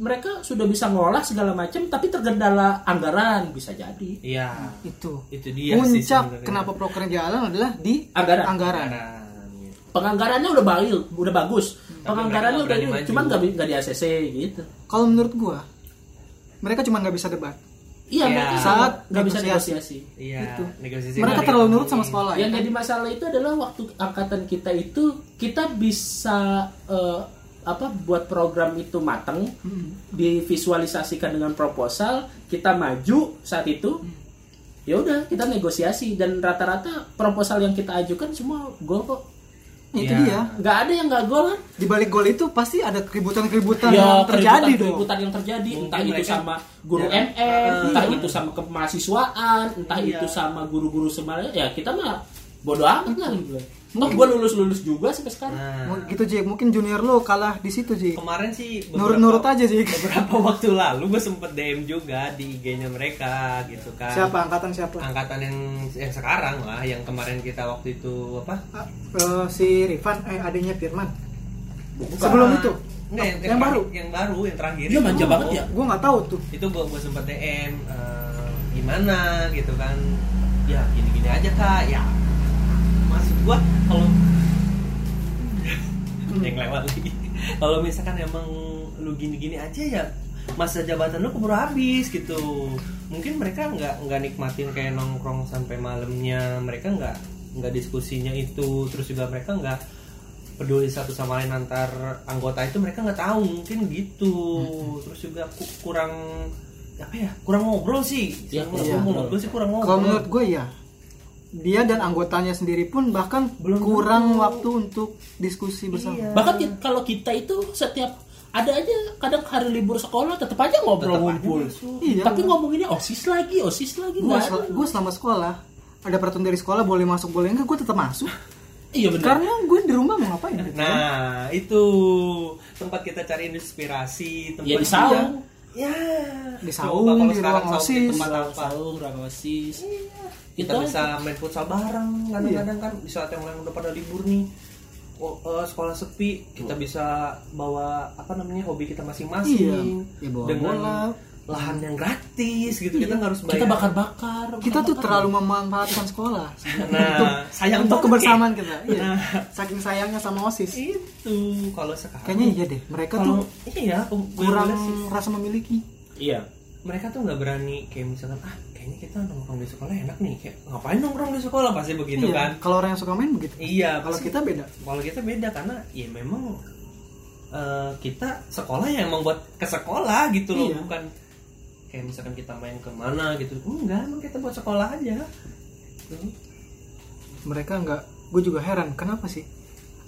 mereka sudah bisa ngolah segala macam tapi tergendala anggaran bisa jadi
Iya.
Itu.
Itu dia Iya sih
Puncak
sebenarnya.
kenapa proker jalan adalah di
Anggaran.
anggaran.
Anggaran, gitu.
penganggarannya udah bail udah bagus penganggarannya
mereka
udah
nggak berani
cuman
maju.
nggak bi- nggak di ACC gitu
Kalau menurut gua mereka cuma nggak bisa debat.
iya
Iya.
mereka
Saat
nggak bisa
negosiasi.
negosiasi
Iya,
Itu.
negosiasi
Gitu. Mereka
dari-
terlalu nurut sama sekolah. ya
yang
kan?
jadi masalah itu adalah waktu angkatan kita itu kita bisa eh, apa buat program itu mateng
Hmm.
divisualisasikan dengan proposal kita maju saat itu
Hmm.
ya udah kita negosiasi dan rata-rata proposal yang kita ajukan semua gol kok
Itu
Iya.
dia.
nggak ada yang nggak gol kan
Di balik gol itu pasti ada keributan-keributan
Iya,
yang
Ya, keributan-
terjadi dong.
keributan yang terjadi
Mungkin
entah itu
mereka-
sama guru
Ya.
MM
Iya.
entah itu sama kemahasiswaan entah
Iya.
itu sama guru-guru sebenarnya ya kita mah bodoh amat lah gitu Toh gue lulus-lulus juga sampai sekarang
Iya. Nah,
Mu- Gitu Ji, mungkin junior lo kalah di situ Ji.
kemarin sih beberapa-
Nurut-nurut aja Ji.
beberapa waktu lalu gue sempet DM juga di IG-nya mereka gitu kan
Siapa angkatan siapa?
angkatan yang yang sekarang lah yang kemarin kita waktu itu apa
Ah, eh, si Rifan eh adiknya Firman.
Bukan.
Sebelum itu.
Nggak, yang,
Yang
yang
baru?
baru yang baru yang terakhir
Dia manja
Oh,
banget ya?
Gua nggak tahu tuh.
itu gua gua sempet DM eh, gimana gitu kan ya gini gini aja kak ya maksud gua kalau yang lewat lagi kalau misalkan emang lu gini gini aja ya masa jabatan lu keburu habis gitu mungkin mereka nggak nggak nikmatin kayak nongkrong sampai malamnya mereka nggak nggak diskusinya itu terus juga mereka nggak peduli satu sama lain antar anggota itu mereka nggak tahu mungkin gitu terus juga ku- kurang apa ya kurang ngobrol sih
Iya,
Menurut
iya.
gua- menurut gua sih kurang
Kalau
ngobrol
menurut gue ya dia dan anggotanya sendiri pun bahkan
Belum
kurang
tentu.
waktu untuk diskusi bersama.
Iya.
bahkan ki- kalau kita itu setiap ada aja kadang hari libur sekolah tetap aja ngobrol
Tetep aja
ngumpul
masuk.
Iya.
tapi ngomonginnya osis lagi osis lagi
Gue
nggak ada.
selama sekolah ada peraturan dari sekolah boleh masuk boleh enggak gue tetap masuk
iya benar
karena gue di rumah mau ngapain gitu.
Nah, itu tempat kita cari inspirasi, tempat
Ya, di saung.
Ya,
Iya, Di
Coba
saung,
kalau
di
sekarang
ruang
saung di
OSIS.
tempat
Tempat
apa?
saung, ruang osis.
Kita
Itu
bisa main futsal bareng kadang-kadang kan di saat yang lain udah pada libur nih. Oh, eh, sekolah sepi, kita bisa bawa apa namanya hobi kita masing-masing
Iya. Ya, bawa
dengan
bola. Iya.
lahan yang gratis gitu. Kita nggak harus bayar.
kita bakar-bakar.
kita tuh
bakar-bakar.
terlalu memanfaatkan sekolah
Nah, sayang
untuk
banget
kebersamaan
ya.
kita iya.
Nah.
saking sayangnya sama osis
itu kalau sekarang
kayaknya iya deh mereka
kalau
tuh
iya aku- gue
kurang
bilang sih.
rasa memiliki
Iya.
mereka tuh nggak berani kayak misalkan ah kayaknya kita nongkrong di sekolah enak nih kayak ngapain nongkrong di sekolah pasti begitu
Iya.
kan
kalau orang yang suka main begitu
iya
kalau
pasti.
kita beda
kalau kita beda karena ya memang eh, kita sekolah ya emang buat ke sekolah gitu loh
Iya.
bukan kayak misalkan kita main kemana gitu enggak emang kita buat sekolah aja Gitu.
mereka nggak gue juga heran kenapa sih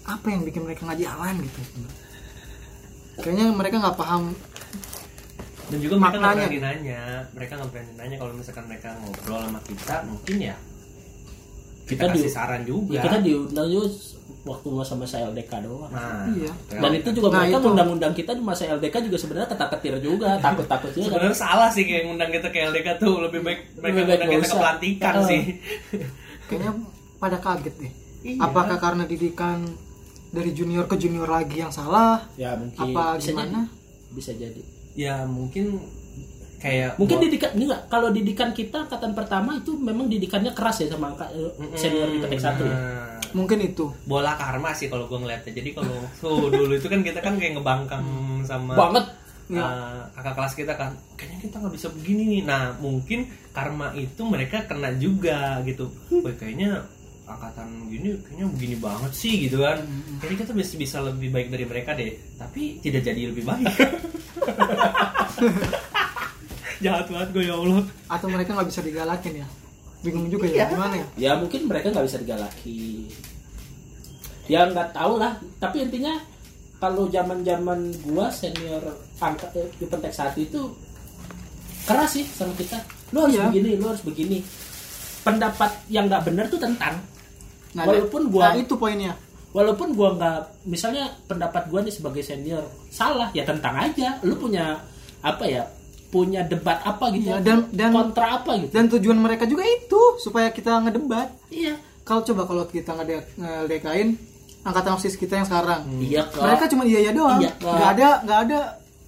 apa yang bikin mereka ngaji awan gitu kayaknya mereka nggak paham
dan juga mereka nggak
Maknanya.
berani nanya mereka nggak berani nanya kalau misalkan mereka ngobrol sama kita mungkin ya kita,
Kita di-
kasih saran juga
Ya, kita diundang juga waktu gua sama saya LDK doang.
nah
Iya.
Dan itu juga
Nah,
mereka
itu.
undang-undang kita di masa LDK juga sebenarnya tetap ketir juga, takut-takut juga. kan.
Sebenarnya salah sih kayak ngundang kita ke LDK tuh lebih baik mereka
Lebih baik
ngundang
nggak
kita ke
usah.
pelantikan
Heeh.
sih.
kayaknya pada kaget deh
Iya.
apakah karena didikan dari junior ke junior lagi yang salah
Ya
Iya,
mungkin
apa gimana
jadi. Bisa jadi.
Ya mungkin kayak
Mungkin
buat-
didikan enggak kalau didikan kita angkatan pertama itu memang didikannya keras ya sama angka eh,
Mm-mm,
senior kita tek satu ya.
benar.
mungkin itu
Bola karma sih kalau gue ngeliatnya. Jadi kalau tuh dulu itu kan kita kan kayak ngebangkang sama
Banget.
eh, kakak kelas kita kan kayaknya kita nggak bisa begini nih. Nah mungkin karma itu mereka kena juga gitu.
Hmm.
Wah kayaknya angkatan gini kayaknya begini banget sih gitu kan.
Hmm.
Kayaknya kita bisa bisa lebih baik dari mereka deh. Tapi tidak jadi lebih baik. Jahat banget gue ya Allah.
atau mereka nggak bisa digalakin ya bingung juga ya
Iya.
gimana ya
Ya mungkin mereka nggak bisa digalaki. Ya nggak tahu lah. Tapi intinya kalau zaman zaman gua senior angkat eh, di pentek satu itu keras sih sama kita. Lu harus
Iya.
begini, lu harus begini. Pendapat yang nggak benar tuh tentang.
nah,
Walaupun gua-
nah, itu poinnya
Walaupun gua nggak, misalnya pendapat gua nih sebagai senior salah, ya tentang aja. Lu punya apa ya? Punya debat apa gitu?
Iya, dan- dan-
kontra apa gitu?
dan tujuan mereka juga itu supaya kita ngedebat
iya.
kalau coba kalau kita ngede- ngedekain angkatan osis kita yang sekarang
Iya kak.
mereka cuma iya iya doang
Iya, Kak.
nggak ada nggak ada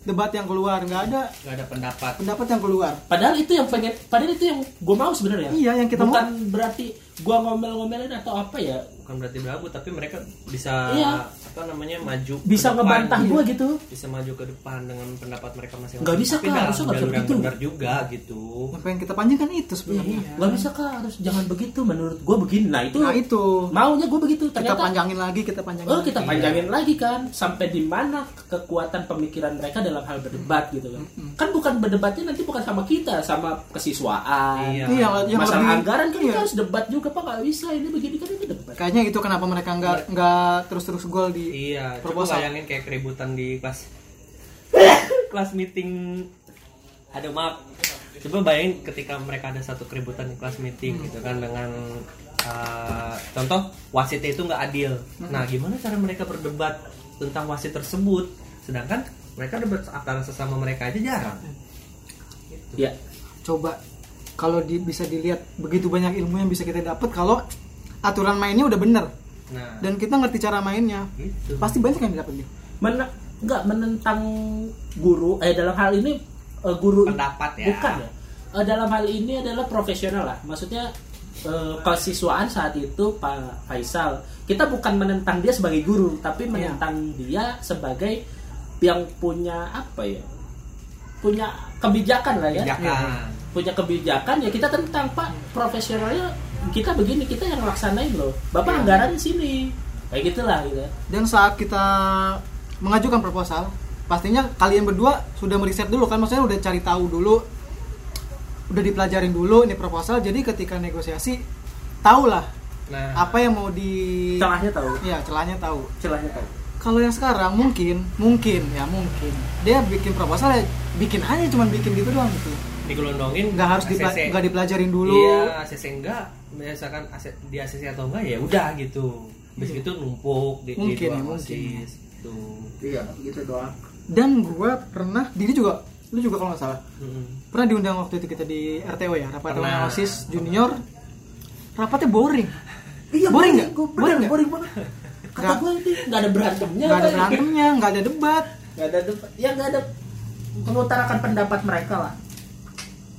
debat yang keluar nggak ada
Gak ada pendapat.
pendapat yang keluar
Padahal itu yang pengen, padahal itu yang gue mau sebenarnya.
Iya, yang kita
Bukan berarti gue ngomel-ngomelin atau apa ya.
Bukan berarti berabu tapi mereka bisa
Iya.
apa apa namanya maju ke
bisa
depan.
ngebantah
Iya.
gue gitu
bisa maju ke depan dengan pendapat mereka masing-masing
Nggak bisa,
Tapi
Kak.
dalam
Harusnya nggak
jalur yang
seperti itu.
benar juga gitu
Yang pengen kita panjangkan itu sebenarnya.
Iya.
nggak bisa kak harus jangan begitu menurut gue begini nah itu
Nah itu
maunya gue begitu
kita Iya.
ternyata
panjangin lagi, kita panjangin.
Oh,
lagi.
kita
panjangin lagi kan sampai di mana kekuatan pemikiran mereka dalam hal berdebat gitu kan kan bukan berdebatnya nanti bukan sama kita sama kesiswaan
Iya.
Iya, yang
masalah
lebih-
anggaran kan
iya.
kita harus debat juga pak nggak bisa ini begini kan itu debat
Kayaknya itu kenapa mereka nggak
Iya.
nggak terus-terus gol di
iya coba
Proposal.
bayangin kayak keributan di kelas kelas meeting ada maaf coba bayangin ketika mereka ada satu keributan di kelas
Hmm.
meeting gitu kan dengan eh, contoh wasit itu nggak adil
Hmm.
nah gimana cara mereka berdebat tentang wasit tersebut sedangkan mereka debat antara sesama mereka aja jarang
ya
coba kalau di, bisa dilihat begitu banyak ilmu yang bisa kita dapat kalau aturan mainnya udah bener
nah
dan kita ngerti cara mainnya
gitu
pasti banyak yang didapat nih
Men- nggak menentang guru eh dalam hal ini eh, guru
pendapat ya
bukan ya Eh, dalam hal ini adalah profesional lah maksudnya eh, kesiswaan saat itu Pak Faisal kita bukan menentang dia sebagai guru tapi menentang dia sebagai yang punya apa ya punya kebijakan lah ya
Iya.
Kebijakan.
punya kebijakan ya kita tentang Pak profesionalnya kita begini kita yang laksanain loh bapak anggaran di sini kayak gitulah gitu
dan saat kita mengajukan proposal pastinya kalian berdua sudah meriset dulu kan maksudnya udah cari tahu dulu udah dipelajarin dulu ini proposal jadi ketika negosiasi tahulah
nah
apa yang mau di
celahnya tahu
ya celahnya tahu
celahnya tahu
kalau yang sekarang mungkin mungkin ya mungkin dia bikin proposal ya bikin aja cuman bikin gitu doang gitu
digelondongin
nggak harus dipla-
ACC.
nggak dipelajarin dulu
Iya, ACC enggak, misalkan AC- di ACC atau enggak ya udah gitu. Habis
Iya.
itu numpuk di
Mungkin
di
ya,
ruang
mungkin.
OSIS, gitu.
iya gitu doang dan gue pernah diri juga lu juga kalau nggak salah
Mm-mm.
pernah diundang waktu itu kita di RTO ya rapat
Pernah.
tahunan osis junior rapatnya boring
Iya,
boring nggak
Gue
boring
boring,
nggak
boring banget. Kata
Nggak.
gue ini nggak ada berantemnya.
nggak ada
Pak.
berantemnya nggak ada debat
Nggak ada debat. Ya nggak ada mengutarakan pendapat mereka lah.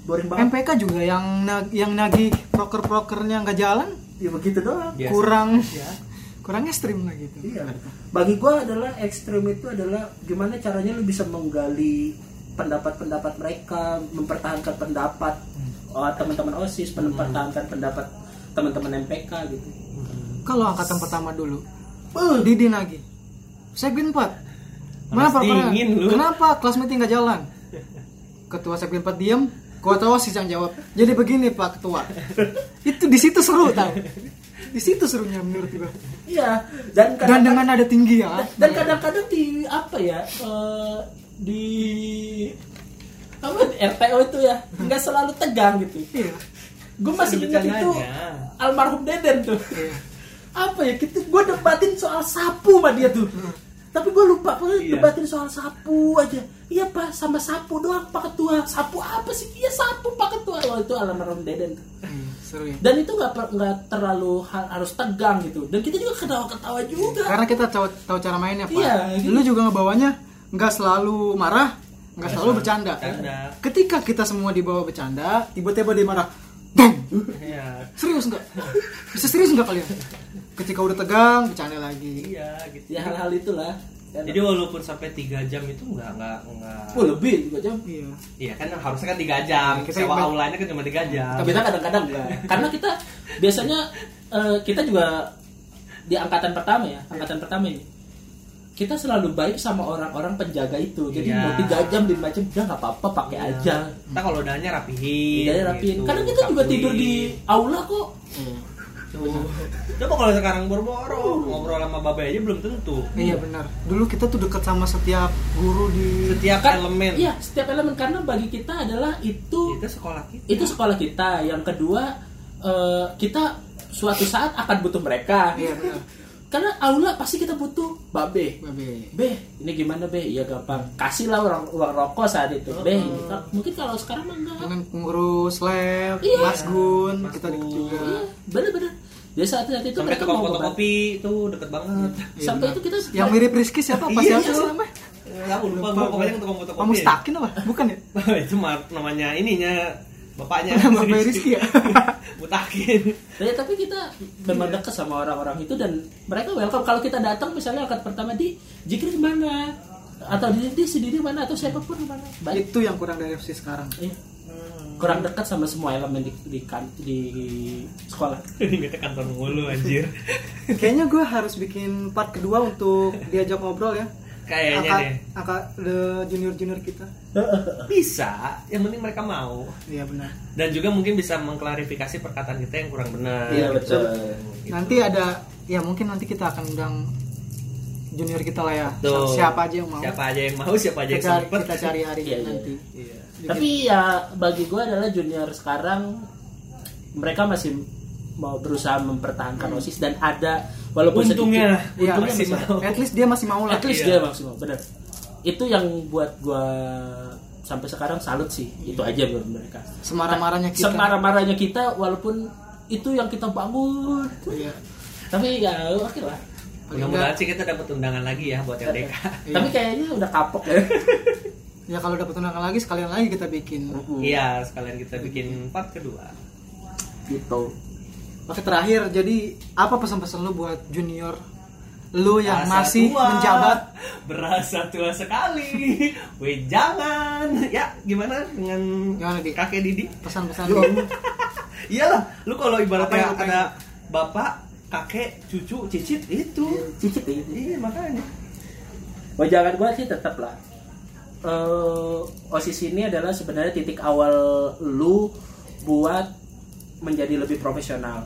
Boring banget.
MPK juga yang nag- yang nagih proker-prokernya nggak jalan
Ya begitu doang.
Biasa.
kurang kurang ekstrim lah gitu
Iya. Bagi gue adalah ekstrim itu adalah gimana caranya lu bisa menggali pendapat-pendapat mereka, mempertahankan pendapat
Hmm.
oh, teman-teman osis, mempertahankan pendapat teman-teman MPK gitu.
kalau angkatan pertama dulu
Uh,
Didi lagi Sekbin 4 Kenapa?
dingin
kenapa?
lu.
Kenapa kelas meeting gak jalan? Ketua Sekbin 4 diem Gua tahu sih yang jawab Jadi begini Pak Ketua Itu di situ seru tau Di situ serunya menurut gua
iya.
Dan
Dan kadang-kadang
dengan ada tinggi ya
dan kadang-kadang di apa ya eh, di apa di RTO itu ya nggak selalu tegang gitu
Iya
gue masih ingat itu
Bercandanya.
almarhum Deden tuh apa ya gitu gue debatin soal sapu sama dia tuh tapi gue lupa pokoknya
Iya.
debatin soal sapu aja iya pak sama sapu doang pak ketua sapu apa sih iya sapu pak ketua Wah, itu almarhum Deden tuh
Hmm, Seru ya
dan itu nggak per- nggak terlalu ha- harus tegang gitu dan kita juga ketawa-ketawa juga
Karena kita tahu, tahu cara mainnya Pak
Iya, gitu.
Lu juga ngebawanya nggak selalu marah nggak selalu bercanda
bercanda.
Ketika kita semua dibawa bercanda Tiba-tiba dia marah Bang!
Iya,
Serius nggak? Bisa serius nggak kalian? Ketika udah tegang, bercanda lagi.
iya gitu.
ya hal-hal itulah Ya,
Jadi walaupun sampai 3 jam itu enggak enggak enggak
Oh lebih juga jam.
Iya.
Iya kan harusnya kan 3 jam.
Kita
Sewa
ikut-
aulanya kan cuma 3 jam.
Tapi kita kadang-kadang enggak. Karena kita biasanya eh, kita juga di angkatan pertama ya, angkatan pertama ini kita selalu baik sama orang-orang penjaga itu. Jadi
Iya.
mau tiga jam lima jam udah nggak apa-apa pakai aja.
Kita Iya. kalau udahnya rapihin.
Jadi
gitu.
rapiin. Karena iya, kita juga tidur di aula kok.
Tuh. Coba kalau sekarang
Uh.
boro-boro ngobrol sama babe aja belum tentu.
Iya benar. Dulu kita tuh dekat sama setiap guru di
Setiap
Kan-
elemen Iya.
Iya, setiap elemen karena bagi kita adalah itu
itu sekolah kita.
itu sekolah kita. Yang kedua eh, kita suatu saat akan butuh mereka.
Iya benar.
Karena aula pasti kita butuh babe.
Babe.
Beh, ini gimana Beh? Iya gampang. Kasihlah orang uang rokok saat itu.
Oh.
Beh, ini kan- mungkin kalau sekarang mah enggak.
Dengan pengurus lab,
Iya.
Mas Gun,
Mas
kita dekat
Gun.
juga.
Iya, bener-bener. Jadi saat saat itu
Sampai
mereka
tukang
mau ngobat.
fotokopi itu deket banget.
Iya,
Sampai
benar.
itu kita
yang mirip Rizky siapa? Apa
Iya,
siapa sih
iya.
namanya?
Enggak, lupa, lupa, pokoknya tukang fotokopi.
ya? Kamu stakin apa? Bukan ya?
itu mar- namanya ininya bapaknya
Bapak Rizky ya?
butakin
Ya, tapi kita
Iya.
memang dekat sama orang-orang itu dan mereka welcome kalau kita datang misalnya akad pertama di Jikri mana atau di, di sendiri mana atau siapapun mana baik
Itu yang kurang dari FC sekarang.
Iya. kurang dekat sama semua elemen di di, kan- di sekolah
ini kita kantor mulu anjir
Kayaknya gue harus bikin part kedua untuk diajak ngobrol ya.
kayaknya
angkat,
deh
angkat the junior junior kita.
bisa yang penting mereka mau
Iya benar.
dan juga mungkin bisa mengklarifikasi perkataan kita yang kurang benar
iya betul
Gitu.
Nanti ada ya mungkin nanti kita akan undang junior kita lah ya.
Tuh.
Siapa aja yang mau.
siapa aja yang mau siapa aja
Kita
yang
cari,
sempet
kita cari hari
Iya, iya.
nanti.
Iya.
tapi ya bagi gue adalah junior sekarang mereka masih mau berusaha mempertahankan osis dan ada walaupun
Untungnya,
sedikit,
Iya,
untungnya
masih
masih
mau.
At least dia masih mau lah.
At least
Iya.
dia maksimal, benar. Itu yang buat gua sampai sekarang salut sih. Itu aja buat mereka.
Semarah-marahnya kita.
Semarah-marahnya kita walaupun itu yang kita bangun.
Iya.
Tapi ya oke lah.
mudah-mudahan sih kita dapat undangan lagi ya buat LDK
Tapi kayaknya udah kapok ya.
Ya kalau dapat undangan lagi sekalian lagi kita bikin.
iya sekalian kita bikin part kedua
gitu.
Oke terakhir, jadi apa pesan-pesan lu buat junior lu yang
Berasa
masih
tua,
menjabat?
berasa tua sekali we jangan ya gimana dengan
Gimana, Di?
kakek Didi
Pesan-pesan
Yo.
lu.
iyalah lu
Apa
kalau
yang
ibaratnya
lu pengen?
ada bapak kakek cucu cicit itu
Cicit
iya
ini.
makanya
Wajangan gua sih tetap lah. Eh, OSIS ini adalah sebenarnya titik awal lu buat menjadi lebih profesional.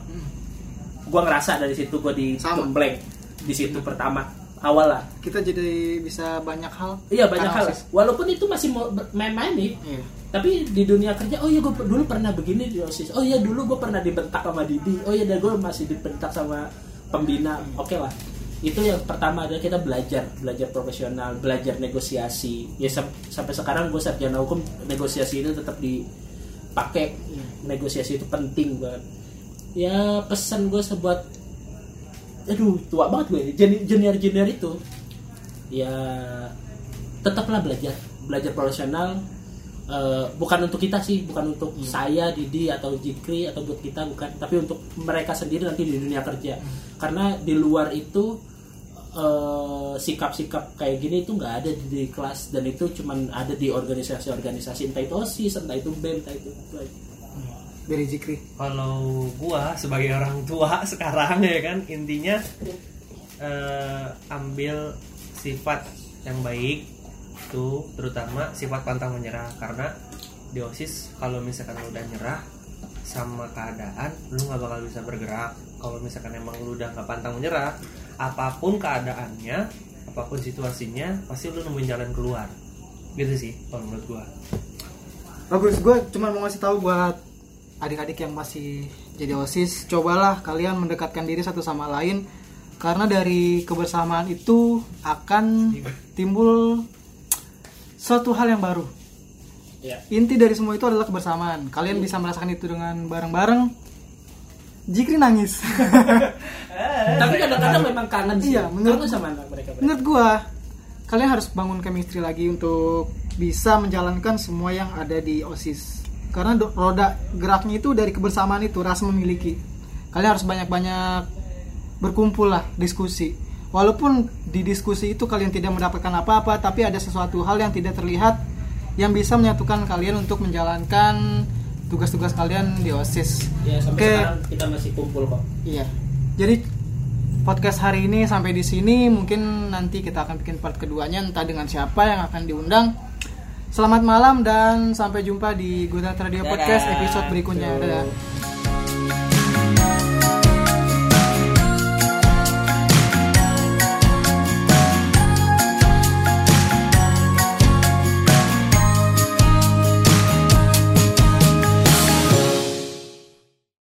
Gua ngerasa dari situ gua di
Sama.
blank di situ pertama awal lah.
Kita jadi bisa banyak hal.
Iya banyak
Karena
hal.
OSIS.
Walaupun itu masih mau ber- main-main nih,
Iya.
tapi di dunia kerja, oh iya gue dulu pernah begini di osis. Oh iya dulu gue pernah dibentak sama Didi. Oh iya dan gue masih dibentak sama pembina. Oke lah. Itu yang pertama adalah kita belajar, belajar profesional, belajar negosiasi. Ya sam- sampai sekarang gue sarjana hukum, negosiasi itu tetap dipakai. Negosiasi itu penting banget. Ya pesan gue sebuat, aduh tua banget gue. Junior- Junior-junior itu, ya tetaplah belajar belajar profesional eh, bukan untuk kita sih bukan untuk saya Didi atau Jikri atau buat kita bukan tapi untuk mereka sendiri nanti di dunia kerja karena di luar itu eh, sikap-sikap kayak gini itu nggak ada di, di kelas dan itu cuman ada di organisasi-organisasi entah itu osis entah itu bem entah itu apa.
Dari Zikri.
kalau gua sebagai orang tua sekarang ya kan intinya eh, ambil sifat yang baik itu terutama sifat pantang menyerah karena di OSIS kalau misalkan lu udah nyerah sama keadaan lu nggak bakal bisa bergerak kalau misalkan emang lu udah nggak pantang menyerah apapun keadaannya apapun situasinya pasti lu nemuin jalan keluar gitu sih kalau menurut gua
Bagus, gue cuma mau ngasih tahu buat adik-adik yang masih jadi OSIS, cobalah kalian mendekatkan diri satu sama lain karena dari kebersamaan itu akan timbul suatu hal yang baru.
ya
Inti dari semua itu adalah kebersamaan. Kalian bisa merasakan itu dengan bareng-bareng. Jikri nangis.
tapi kadang-kadang memang kangen sih
Iya, menurut-
kangen sama anak mereka
Menurut gua, kalian harus bangun chemistry lagi untuk bisa menjalankan semua yang ada di OSIS. Karena do- roda geraknya itu dari kebersamaan itu, rasa memiliki. Kalian harus banyak-banyak berkumpul lah, diskusi. Walaupun di diskusi itu kalian tidak mendapatkan apa-apa, tapi ada sesuatu hal yang tidak terlihat yang bisa menyatukan kalian untuk menjalankan tugas-tugas kalian di OSIS.
ya sampai
Oke.
sekarang kita masih kumpul kok
Iya. Jadi podcast hari ini sampai di sini mungkin nanti kita akan bikin part keduanya entah dengan siapa yang akan diundang. Selamat malam dan sampai jumpa di Gudat Radio
Dadah.
Podcast episode berikutnya. Dadah.